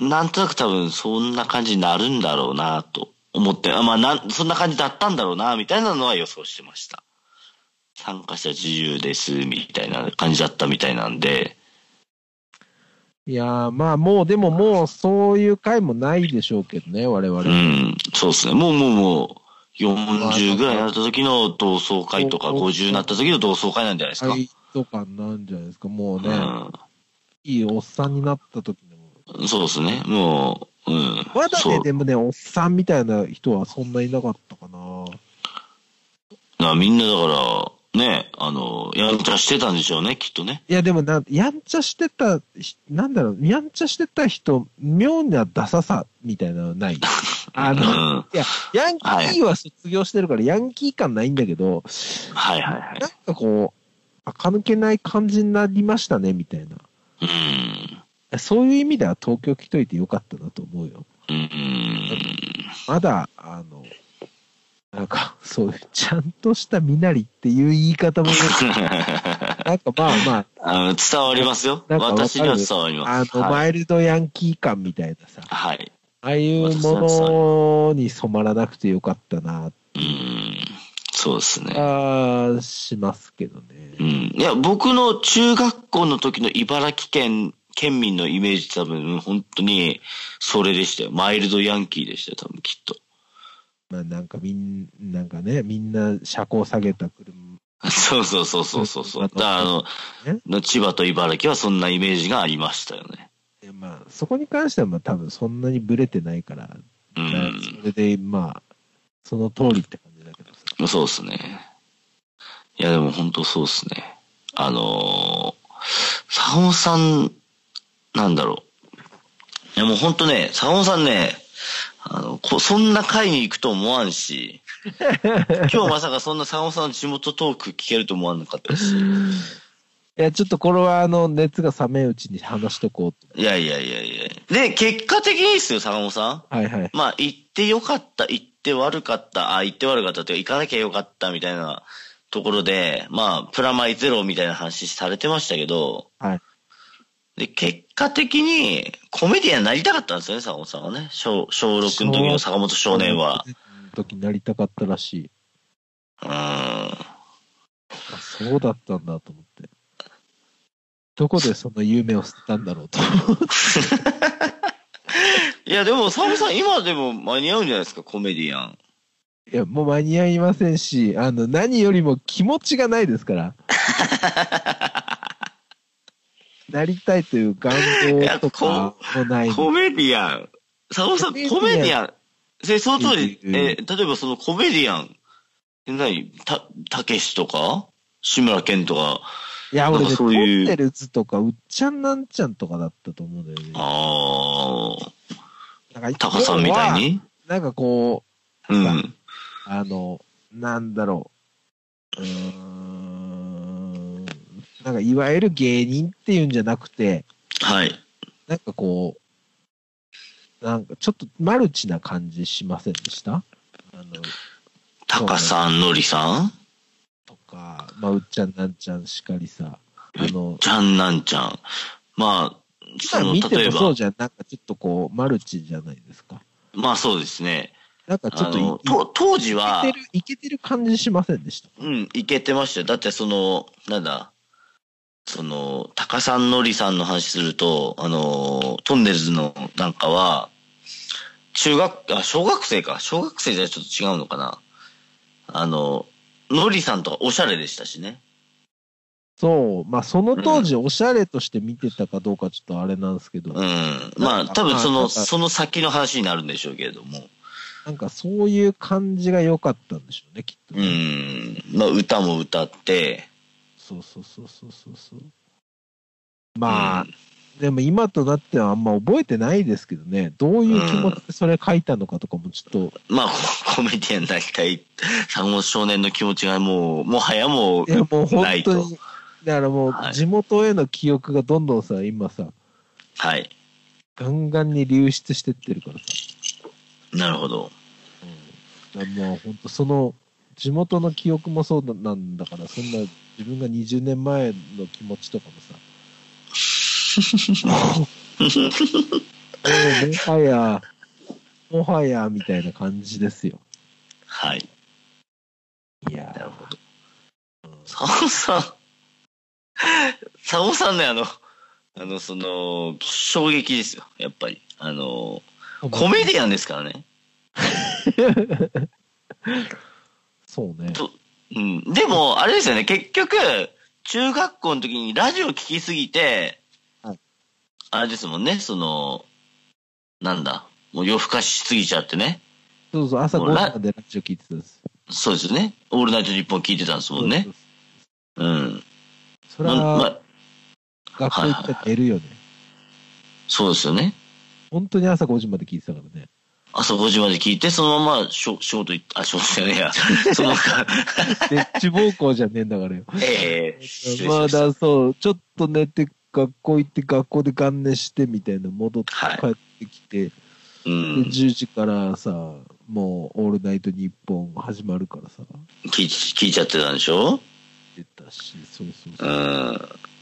なんとなく多分そんな感じになるんだろうなと思って、あまあなん、そんな感じだったんだろうな、みたいなのは予想してました。参加者自由です、みたいな感じだったみたいなんで、いやー、まあもう、でももう、そういう回もないでしょうけどね、我々。うん、そうですね。もうもうもう、40ぐらいになった時の同窓会とか、50になった時の同窓会なんじゃないですか。回とかなんじゃないですか、もうね、うんいいおっさんになった時でも。そうですね。もう、うん。まだそね、う。でもね、おっさんみたいな人はそんないなかったかな。なみんなだから、ね、あの、やんちゃしてたんでしょうね、きっとね。いや、でもな、やんちゃしてたひ、なんだろう、やんちゃしてた人、妙なダサさみたいなの ない。あうん。の、はいや、ヤンキーは卒業してるから、ヤンキー感ないんだけど、いはいはいなんかこう、垢抜けない感じになりましたね、みたいな。。うん。そういう意味では東京来といてよかったなと思うよ。うん。 まだ、あの、なんか、そういう、ちゃんとした身なりっていう言い方も ね、なんかまあまあ、あの伝わりますよ。なんかわかる私には伝わりまあす。の、はい。マイルドヤンキー感みたいなさ、あはい。あいうものに染まらなくてよかったな、うん。そうですね。あしますけどねう。ん。いや、僕の中学校の時の茨城県、県民のイメージ多分、本当に、それでしたよ。マイルドヤンキーでしたよ、多分、きっと。まあなんかみん、なんかね、みんな車高下げた車、そうそうそうそうそうそう。あだとからあのえ、の千葉と茨城はそんなイメージがありましたよね。でまあそこに関してはまあ多分そんなにブレてないから、うそれでまあ、その通りって感じだけどさ。ん。そうですね。いや、でも本当そうですね。あのー、サオンさん、なんだろう。いや、もう本当ね、サオンさんね、あの、こそんな会に行くと思わんし、今日まさかそんなサオンさんの地元トーク聞けると思わなかったし。いや、ちょっとこれはあの、熱が冷めんうちに話しとこうと。いやいやいやいや。で、結果的にですよ、坂本さん。はいはい。まあ、行ってよかった、行って悪かった、あ、行って悪かったっていうか、行かなきゃよかったみたいなところで、まあ、プラマイゼロみたいな話されてましたけど、はい。で、結果的に、コメディアンになりたかったんですよね、坂本さんはね。小、小6の時の坂本少年は。。時になりたかったらしい。うーん。あそうだったんだと思って。どこでその夢を捨てたんだろうと。いや、でも、坂本さん、今でも間に合うんじゃないですか、コメディアン。いや、もう間に合いませんし、あの、何よりも気持ちがないです から。なりたいという願望とかもない。コメディアン。坂本さん、コメディアンコメディアン。で、その当時、うんえー例えばそのコメディアン。え何た、たけしとか志村けんとか。いや、俺なね、んトかそういうンネルズとか、うっちゃんなんちゃんとかだったと思うんだよね。ああ、なんかタカさんみたいに要はなんかこうはん。う、あの、なんだろう。うーん。なんか、いわゆる芸人っていうんじゃなくて、はい。なんかこう、なんかちょっとマルチな感じしませんでしたあの、タカさん、ノリさんとか、まあ、うっちゃんなんちゃんしかりさ、あの、ちゃんなんちゃん。まあ、そ今の、見て例えもそばう、じゃん、なんかちょっとこう、マルチじゃないですか。まあそうですね。なんかちょあっといの、と当時いはけて、る、いけてる感じしませんでした。うん、いけてましたよ。だってその、なんだ、その、タカさん、ノリさんの話すると、あの、トンネルズのなんかは、中学、あ、小学生か。小学生じゃちょっと違うのかな。あの、ノリさんとかおしゃれでしたしね。そう、まあ、その当時、おしゃれとして見てたかどうか、ちょっとあれなんですけど、うん。まあ、多分その、その先の話になるんでしょうけれども。なんかそういう感じが良かったんでしょうね、きっとうね。ん。まあ、歌も歌って、そうそうそうそうそうそう。まあ、でも今となってはあんま覚えてないですけどね、どういう気持ちでそれ書いたのかとかもちょっと、まあ、コ コメディアンになりたい、三国少年の気持ちがもう、もはやもいう、やもうな本い当とに、だからもうはい地元への記憶がどんどんさ、今さ、はい。ガンガンに流出してってるからさ、なるほど。だからもう本当その、地元の記憶もそうなんだから、そんな自分が20年前の気持ちとかもさ、もうもはや、もはやみたいな感じですよ。はい。いやーなるほど。サオさん、サオさんね、あの、あの、その、衝撃ですよ、やっぱり。あの、コメディアンですからね。そうね。うん。でも、あれですよね、結局、中学校の時にラジオ聞きすぎて、はいあれですもんね、その、なんだ、もう夜更かしすぎちゃってね。そうそう、朝5も時うラまでラジオ聞いてたんです。そうですよね。オールナイトニッポン聞いてたんですもんね。そうそううん。それままはあ学校行ったら寝るよね。そうですよね。本当に朝5時まで聞いてた からね。朝5時まで聞いて、そのまましょ仕事行っあ、仕事じゃねえ や。その、で、地暴行じゃねえんだからよ。ええ失礼しまあ ました。だそう、ちょっと寝て、学校行って、学校で元寝してみたいな、戻ってはい帰ってきて、うで、ん。 10時からさ、もう、オールナイトニッポン始まるからさ、聞い聞いちゃってたんでしょ出たし、そうそううそん。う。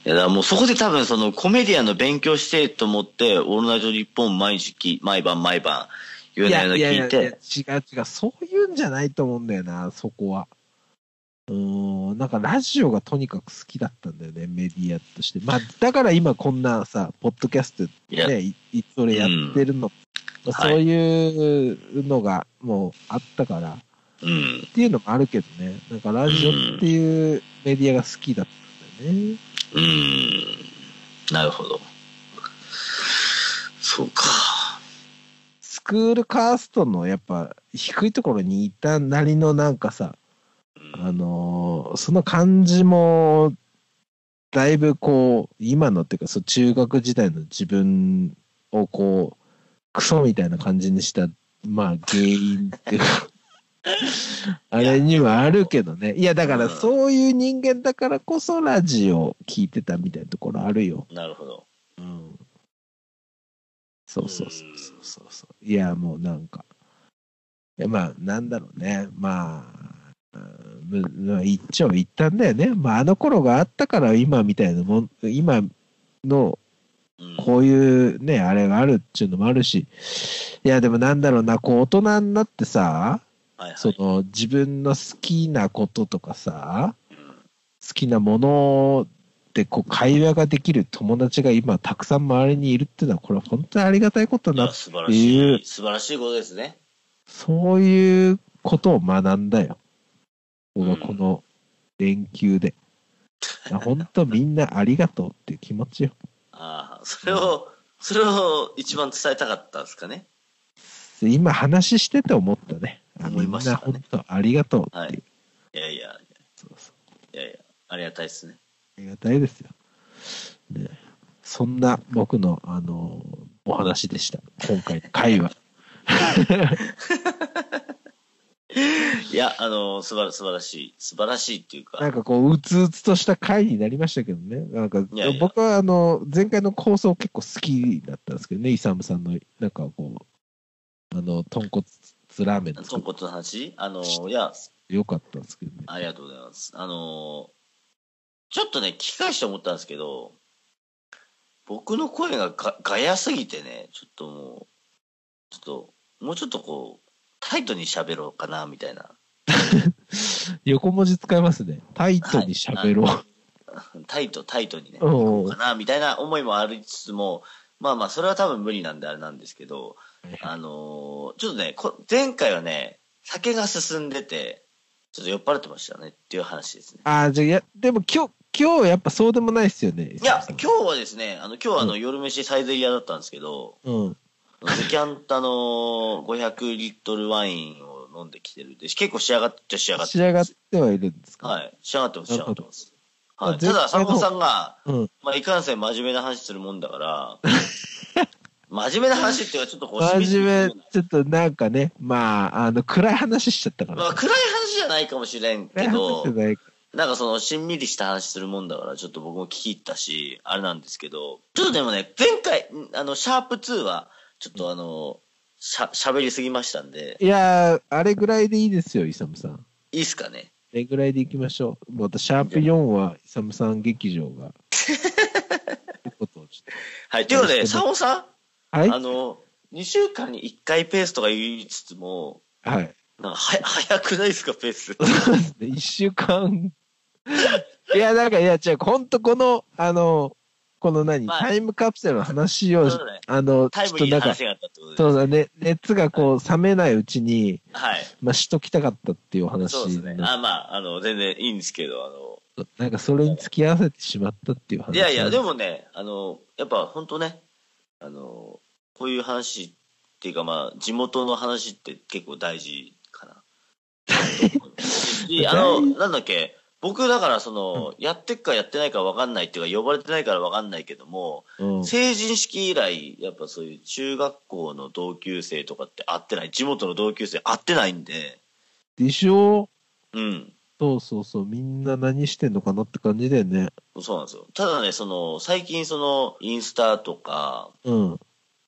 いや、だからもうそこで多分そのコメディアンの勉強してと思って、オールナイト日本毎日き、毎晩毎晩、言うなような聞いいやて、違う違う、そういうんじゃないと思うんだよな、そこは。うーん、なんかラジオがとにかく好きだったんだよね、メディアとして。まあ、だから今こんなさ、ポッドキャスいトや、ね、いいつ俺やってるの。まあはいそういうのがもうあったから、うん。っていうのもあるけどね、なんかラジオっていうメディアが好きだったんだよね。うん。なるほど。そうか。スクールカーストのやっぱ低いところにいたなりのなんかさ、あのーその感じもだいぶこう今のっていうかそう中学時代の自分をこうクソみたいな感じにしたまあ原因っていうかあれにはあるけどねいやだからそういう人間だからこそラジオ聞いてたみたいなところあるよ。なるほど。うんそうそうそうそうそうそう。いや、もうなんか、いやまあ、なんだろうね。まあ、うんむまあ一長一短だよね。まあ、あの頃があったから、今みたいなもん、今のうんこういうね、あれがあるっていうのもあるし、いや、でもなんだろうな、こう、大人になってさ、はいはいその自分の好きなこととかさ、好きなものでこう会話ができる友達が今たくさん周りにいるっていうのはこれは本当にありがたいこといだやな素晴らしえい、素晴らしいことですね。そういうことを学んだよ僕はうんこの連休で、あ本当みんなありがとうっていう気持ちよああ、それを、それを一番伝えたかったんですかね。今話してて思ったねあ思いましたねみんな本当ありがとうっていう、はいいやいや、そうそういやいや、ありがたいですね。ありがたいですよ。ね、そんな僕の、あのーお話でした。今回の会 話。いや、あの、素晴ら素晴らしい、素晴らしいっていうか、なんかこう、うつうつとした回になりましたけどね。なんか、やいや僕はあの、前回の構想結構好きだったんですけどね、イサムさんの、なんかこう、あの、豚骨ラーメンの豚作骨の話、あの、いや、りよかったんですけどね。ありがとうございます。あの、ちょっとね、聞き返して思ったんですけど、僕の声ががガヤすぎてね、ちょっともう、ちょっと、もうちょっとこう、タイトに喋ろうかな、みたいな。横文字使いますね。タイトに喋ろう。タイト、タイトにね、うん行こうかな、みたいな思いもありつつも、まあまあ、それは多分無理なんであれなんですけど、あのーちょっとねこ、前回はね、酒が進んでて、ちょっと酔っ払ってましたねっていう話ですね。ああ、じゃあ、いや、でも今日、今日やっぱそうでもないっすよね。いや、今日はですね、あの、今日はあの、夜飯サイゼリアだったんですけど、うん。デキャンタの500リットルワインを飲んできてるんで、結構仕上がっちゃ仕上がって仕上がってはいるんですかはい。仕上がってます、仕な上るほどがってます。はい、じゃたあだ、坂本さんが、うん。まあ、いかんせん真面目な話するもんだ から、真面目な話っていうか、ちょっとこう、真面しみじ目、ちょっとなんかね、まあ、あの、暗い話しちゃったかみら。まあ、暗い話じゃないかもしれんけど暗い話、じゃない なんかその、しんみりした話するもんだから、ちょっと僕も聞き入ったし、あれなんですけど、ちょっとでもね、前回、んあの、シャープ2は、ちょっとあの、しゃ、喋りすぎましたんで、いやー、あれぐらいでいいですよ、イサムさん。あいいっすかね。れぐらいでいきましょう。また、シャープ4は、イサムさん劇場が。ってことをちょっはい。ということで、坂本さん、とはいあの、2週間に1回ペースとか言いつつも、はい。なんかは早くないですか、ペー ス。そうですね、一週間。いや、なんか、いや、違う、ほんとこの、あの、この何、まあタイムカプセルの話を、そうだねあの、タちょイっムとリーななか、ん話があったってことで。そうだね、熱がこう、冷めないうちに、はい。まあ、しときたかったっていうお話そうですね。なあまあ、あの、全然いいんですけど、あなんか、それに付き合わせてしまったっていう話。の、いやいや、でもね、あの、やっぱ本当ね、あの、こういう話っていうか、まあ、地元の話って結構大事 かな。であの、なんだっけ、僕だから、その、やってっかやってないか分かんないっていうか、呼ばれてないから分かんないけども、うん、成人式以来、やっぱそういう中学校の同級生とかって会ってない、地元の同級生会ってないんで、でしょうん、そうそうそう、みんな何してんのかなって感じだよね。そうなんですよ。ただね、その、最近その、インスタとか、うん。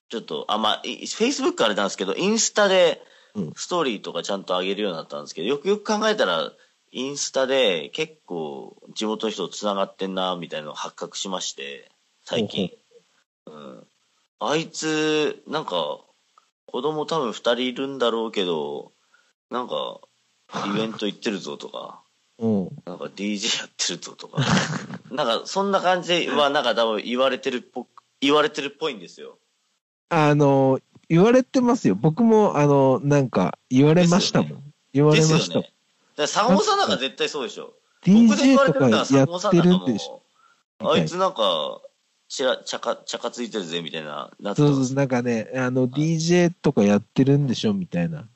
ちょっと、あ、まあ、フェイスブックあれなんですけど、インスタでうん、ストーリーとかちゃんと上げるようになったんですけど、よくよく考えたら、インスタで結構地元の人と繋がってんな、みたいなのを発覚しまして、最近。うん。あいつ、なんか、子供多分二人いるんだろうけど、なんか、イベント行ってるぞとか。うん。なんか DJ やってるぞとか、 なんかそんな感じはなんか多分言われてるっぽく、言われてるっぽいんですよ。あの、言われてますよ。僕も、あの、なんか、言われましたもん。で言われでますよしたもね。だん。から坂本さんなんか絶対そうでしょ。僕で言 DJ われとてるかんだらや坂本さっんてなんるかんでしょ。もう、あいつなんか、ちら、ちゃか、ちゃかついてるぜみたいな、なってそまうすそう、なんかね、あの、DJ とかやってるんでしょみたいな。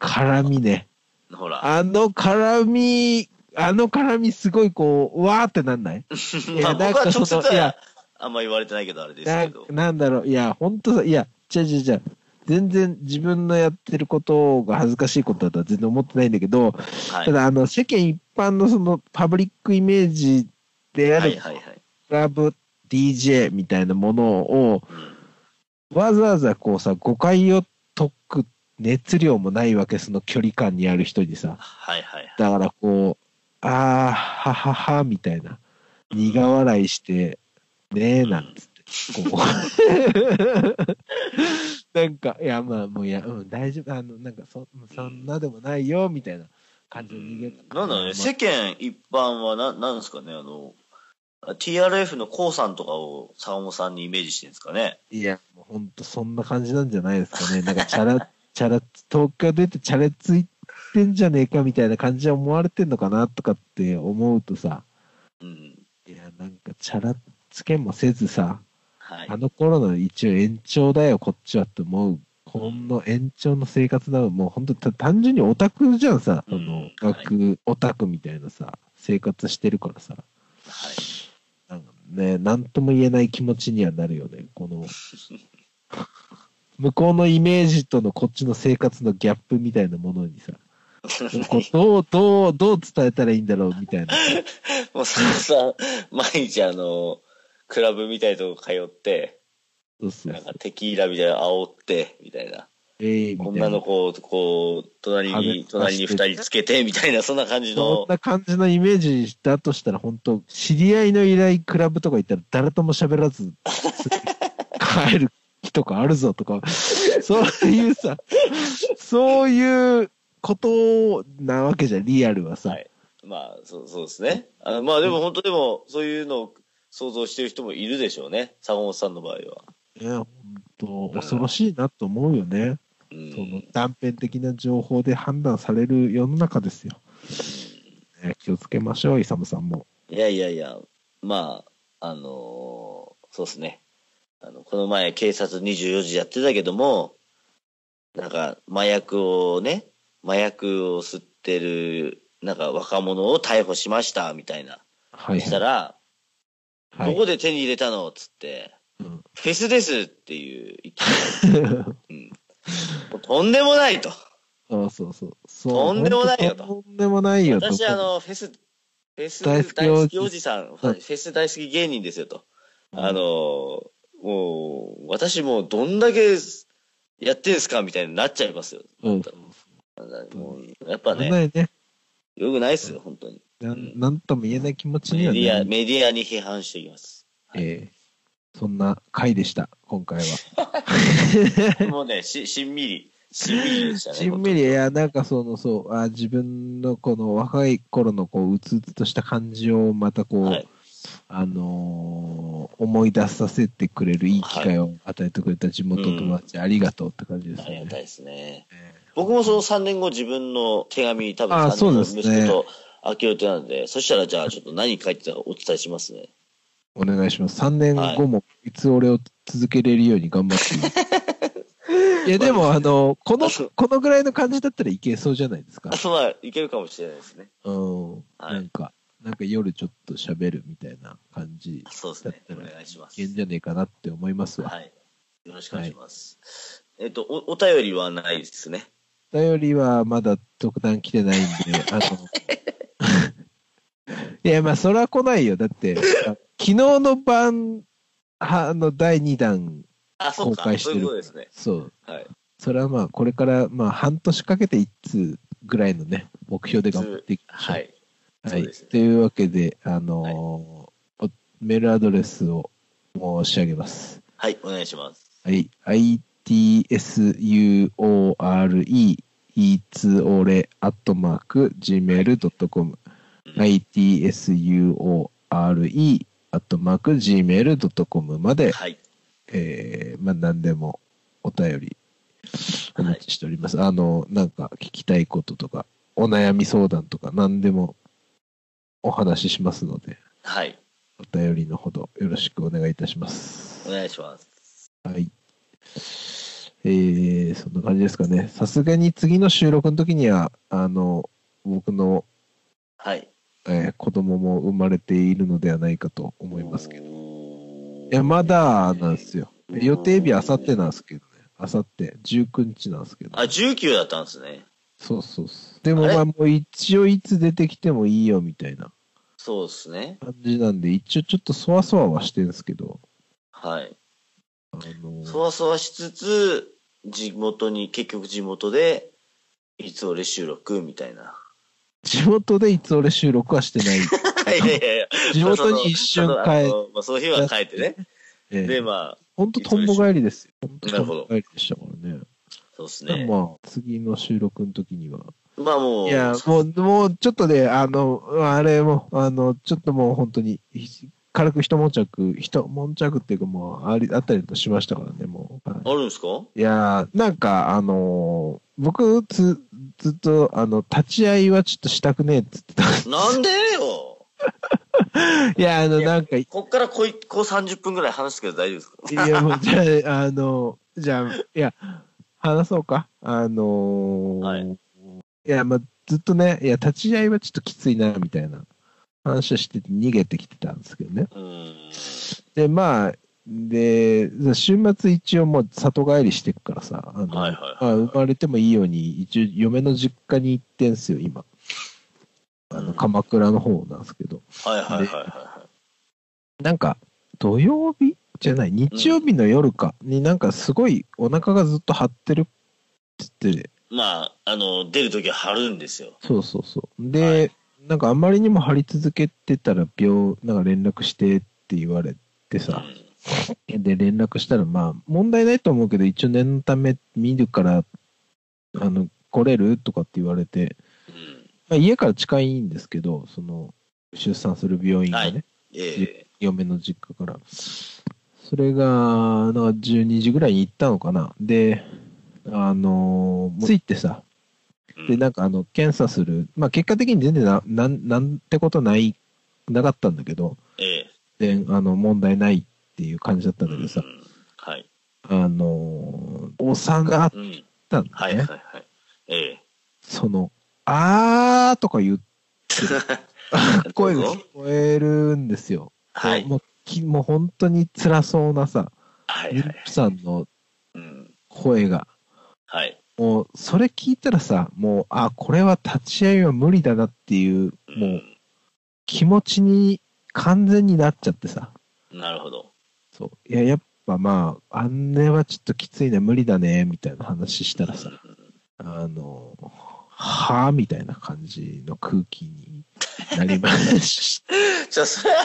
絡みね。ほら。あの絡み、あの絡みすごいこう、うわーってなんないい まやあ僕なんはかその直接いはやあんま言われてないけどあれですなけど。なんだろう、いや、ほんとさ、いや、違う違う違う。全然自分のやってることが恥ずかしいことだとは全然思ってないんだけど、はい。ただあの世間一般のそのパブリックイメージであはるいはいはい。クラブ DJ みたいなものをうんわざわざこうさ誤解を解く熱量もないわけその距離感にある人にさはいはいはい。だからこうああはははみたいな苦笑いしてねえなんつってこ うなんかいやまあもういやうん大丈夫あのなんかそそんなでもないよみたいな感じで逃げたなんだろうね、世間一般はな、なんですかね、あの、TRF の k o さんとかを坂本さんにイメージしてるんですかね。いや、もうほんとそんな感じなんじゃないですかね。なんか、チャラ、 チャラ、東京出てチャラついてんじゃねえかみたいな感じは思われてんのかなとかって思うとさ、うん。いや、なんか、チャラつけもせずさ、はい あ。の頃の一応延長だよ、こっちはって思う。この延長の生活だわもう本当た単純にオタクじゃんさ、うそんの、はい学、オタクみたいなさ、生活してるからさ、はい。なんかね、なんとも言えない気持ちにはなるよね、こ の、向こうのイメージとのこっちの生活のギャップみたいなものに さ、こうどう、どう、どう伝えたらいいんだろうみたいな。もう坂本さん、毎日あの、クラブみたいなとこ通って、そうそうなんそかう。テキーラみたいなの煽って、みたいな。ええみた女いなの。子をこう、隣壁に、隣に二人つけて、みたいな、そんな感じそのん。な感じのイメージだとしたら、本当知り合いの依頼クラブとか行ったら、誰とも喋らず、帰る日とかあるぞとか、そういうさ、そういうことなわけじゃん、リアルはさ。はいまあ、そうそうですね。あのまあでも本当でも、そういうのを想像してる人もいるでしょうね。坂本さんの場合は。ね、本当恐ろしいなと思うよね、うそのん。断片的な情報で判断される世の中ですよ、ね、気をつけましょう勇さんもいやいやいや、まあ、あのーそうですね。あの、この前、警察24時やってたけども、なんか、麻薬をね、麻薬を吸ってる、なんか若者を逮捕しました、みたいな。はいしたら、はいどこで手に入れたのっつって、うんフェスですっていう言って、 うんもうとんでもないと。あそうそうそうとんでもないよと本当とんでもないよと私、あの、フェス、フェス大大好好ききおおじじさん、フうんェス大好き芸人ですよと。うんあの、もう、私もうどんだけやってんすかみたいになっちゃいますよ。うんもうやっぱ危なね、いねよくないっすよ、本当に。なんなんとも言えない気持ちメにデはィね、ア、メディアに批判していきます。えーそんな回でした今回はもうね、し、しんみり、しんみりでした ね。しんみりいやなんかそのそうあ自分のこの若い頃のこううつうつとした感じをまたこう、はいあのー思い出させてくれるいい機会を与えてくれた地元の友達、ありがとうって感じですありねがたいですね。ええ僕もその3年後自分の手紙多分あー3年後のそうで息子すねと開けようってなので、そしたらじゃあちょっと何書いてたかお伝えしますね。お願いします3年後もいつ俺を続けれるように頑張ってい いやでもあのこのこのぐらいの感じだったらいけそうじゃない ですかあ、 まあ、いけるかもしれないですね。うんはいなんかなんか夜ちょっと喋るみたいな感じそうですだっね。たおら願いします。いけんじゃねえかなって思いますわ、はい。よろしくお願いします。えっと、お、お便りはないですね。お便りはまだ特段来てないん で、あの、 いや、まあ、それは来ないよ。だって、あ昨日の晩、はあの、第2弾あ、そう公か。開しそうていうるこかとらですね。そう。はい。それはまあ、これから、まあ、半年かけて1通ぐらいのね、目標で頑張っていきましょう。はい。はそういです。ねというわけで、あのーおメールアドレスを申し上げます。はい、お願いします。はい。itsure, いつおれ、アットマーク、gmail.com。itsure, アットマーク、gmail.com まで、はい。えー、まあ、何でもお便りお待ちしております。あの、なんか聞きたいこととか、お悩み相談とか、何でもお話ししますので、はい。お便りのほどよろしくお願いいたします。お願いします。はい。えー、そんな感じですかね。さすがに次の収録の時には、あの、僕の、はい。えー子供も生まれているのではないかと思いますけど。ど。いいや、ま。だなんですよ。うん予定日あさってなんですけどね。あさって、19日なんですけど。あ、19だったんですね。そうそうそう。でもあれまあ、もう一応いつ出てきてもいいよみたいなそうですね。感じなんで、一応ちょっとそわそわはしてるんですけど、はい。あの、そわそわしつつ、地元に、結局地元で、いつ俺収録みたいな。地元でいつ俺収録はして ない。 いやいやいや。地元に一瞬帰そのあのまあ、その日は帰ってね。えーで、まあ、本当とんぼ返りですよ。本なるほど当とんぼ返りでしたからね。そうですでね。もまあ、次の収録の時には。まあもう、いや、もう、もうちょっとね、あの、あれも、あの、ちょっともう本当に、ひ軽く一悶着、一悶着っていうかもう、あり、あったりとしましたからね、もう。はいあるんですかいやー、なんか、あのー僕、ず、ずっと、あの、立ち会いはちょっとしたくねえって言ってたんです。なんでよ いや、あの、いやなんか、いこっからこい、こう30分ぐらい話すけど大丈夫ですかや、もう、じゃあ、あの、じゃあ、いや、話そうか。あのーはいいや、まあ、ずっとね、いや、立ち会いはちょっときついな、みたいな話をしてて逃げてきてたんですけどね。うーん。で、まあ、で、週末一応もう里帰りしてくからさ、あの、はいはいあ生まれてもいいように、一応嫁の実家に行ってんすよ、今。あうんの、鎌倉の方なんですけど。はいはいはいはなんか、土曜日じゃない、日曜日の夜かになんかすごいお腹がずっと張ってるって言って、い。まあ、あの、出るときは張るんですよ。そうそうそう。はで、なんかあんまりにも張り続けてたら病、なんか連絡してって言われてうさ、ん。で連絡したらまあ問題ないと思うけど一応念のため見るからあの来れるとかって言われてうん。まあ、家から近いんですけど、その、出産する病院がね、はえ嫁の実家から。それが、なんか12時ぐらいに行ったのかな。で、あのー、着いてさ、えで、なんかあの、検査する。まあ、結果的に全然な、なん、なんてことない、なかったんだけど、ええで、あの、問題ないっていう感じだったんだうけんどさ、はい。あのー、お産があっうん。たんだはね。いはいはい。ええ。その、あーとか言 う声が聞こえるんですよ。はい。もうき、もう本当に辛そうなさ、はい妊はい。婦さんのうん。声が。はい。もう、それ聞いたらさ、もう、あ、これは立ち会いは無理だなっていう、もう、気持ちに完全になっちゃってさ。うん。なるほど。そう。いや、やっぱまあ、あんねはちょっときついね、無理だね、みたいな話したらさ、あの、はぁみたいな感じの空気になり ましじゃあ、それあ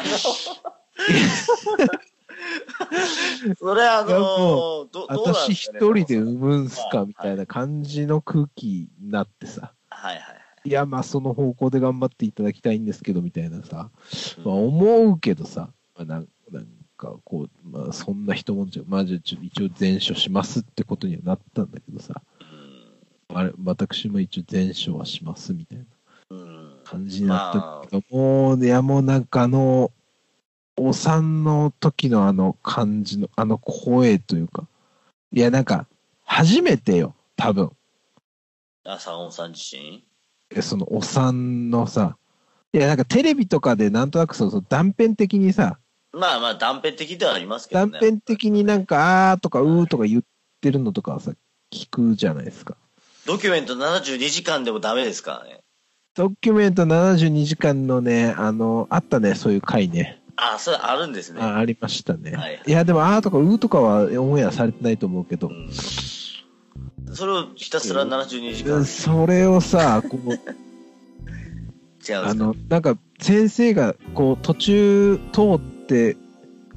の、それあ のいやも、どた。どうなん私で一すかね人で産むんすかみたいな感じの空気になってさ。はいはいはいや、まあその方向で頑張っていただきたいんですけど、みたいなさ。い。まあ、思うけどさ、まあ、なんなんかこう、まあ、そんな人もんじゃ、まあ、じゃあちょ一応全書しますってことにはなったんだけどさ、あれ私も一応全書はしますみたいなうんうん感じになったけど、もう、いやもうなんかあの、お産の時のあの感じの、あの声というか、いやなんか、初めてよ、多分。あ、サオンさん自身えそのお産のさ、いやなんかテレビとかでなんとなくそうそう断片的にさ、まあまあ、断片的ではありますけど断ね。片的になんか、あーとか、うーとか言ってるのとかはさ、聞くじゃないですか。ドキュメント72時間でもダメですからね。ドキュメント72時間のね、あの、あったね、そういう回ね。あ、それあるんですね。あありましたね。はいいや、でも、あーとか、うーとかはオンエアされてないと思うけど、うんそれをひたすら72時間う違うんんですそれをさ、こう、かあの、なんか、先生が、こう、途中通って、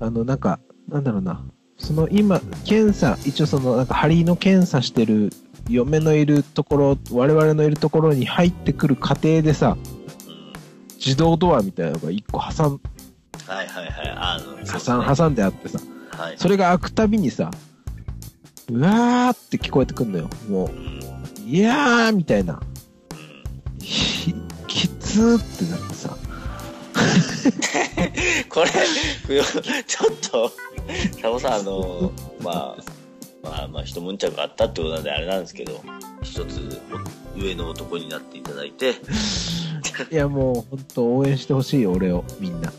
あの、なんか、なんだろうな、その今、検査、一応その、なんか、針の検査してる、嫁のいるところ、我々のいるところに入ってくる過程でさ、うん自動ドアみたいなのが一個挟ん、はいはいはい。あの、そうです挟ねん、挟んであってさ、はい。それが開くたびにさ、うわーって聞こえてくんのよ。もうんうんう、いやーみたいな。ひきつーってなってさ、これ、ちょっと、サボさん、あの、まあ、まあ、まあ、一悶着あったってことなんであれなんですけど、一つ上の男になっていただいて、いやもう、ほんと応援してほしい、俺を、みんな。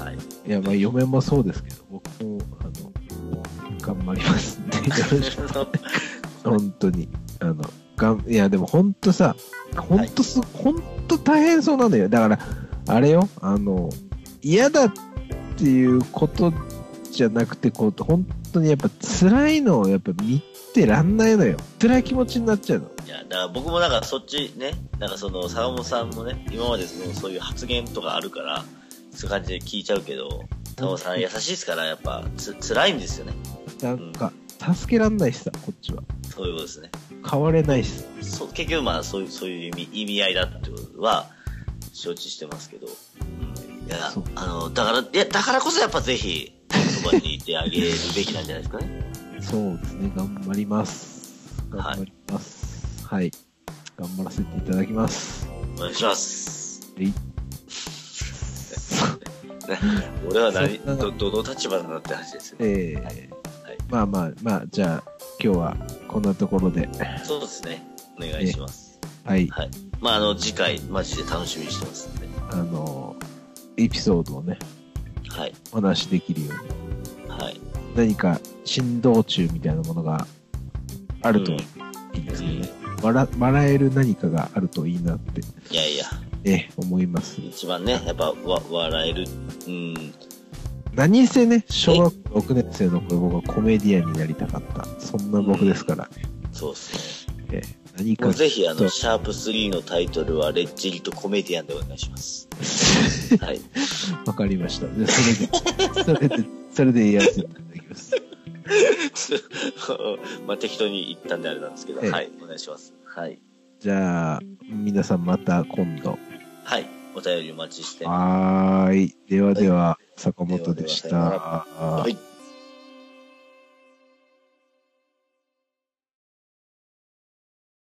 はい。いや、まあ、嫁もそうですけど、僕も、あの、頑張りますんで、よろしく。 本当に。あの、がん、いや、でも本当さ、本当す、本当大変そうなんだよ。だから、あれよ、あの、嫌だっていうことじゃなくて、こう、本当にやっぱ辛いのをやっぱ見てらんないのよ。辛い気持ちになっちゃうの。いや、だから僕もなんかそっちね、なんかその、坂本さんもね、今までそのそういう発言とかあるから、そういう感じで聞いちゃうけど、坂本さん優しいですから、やっぱつ、辛いんですよね。なんか、助けらんないしさ、こっちは。そういうことですね。変われないしさ。そう結局まあそういうそういう意味意味合いだってことは承知してますけど、いやそうあのだからいやだからこそやっぱぜひそばにいてあげるべきなんじゃないですかねそうですね、頑張ります。頑張ります。はい。頑張らせていただきます。お願いし ますえい俺は何そうどどの立場なんだって話ですよね、えーまあまあまあ、じゃあ、今日はこんなところで、そうですねお願いします、はい、はいまああの次回マジで楽しみにしてますんであのーエピソードをね、はいお話しできるように、はい何か振動中みたいなものがあるといいんですけどね、笑笑える何かがあるといいなって、いやいやね、思います。一番ねやっぱわ笑えるうん何せね、小学校6年生の頃、僕はコメディアンになりたかった。そんな僕ですから、そうですねえー何もかう、ぜひあそのうシャープ3のタイトルはレッチリとコメディアンでお願いします はい。 わかりました。でそれで、それ で、それでやらせていただきます。まあ適当に言ったんであれなんですけど、ええはい、お願いします。はい。じゃあ、皆さんまた今度。はい。お便りお待ちしてまはす。ーい。ではでは、坂本でした。ではではさよならはい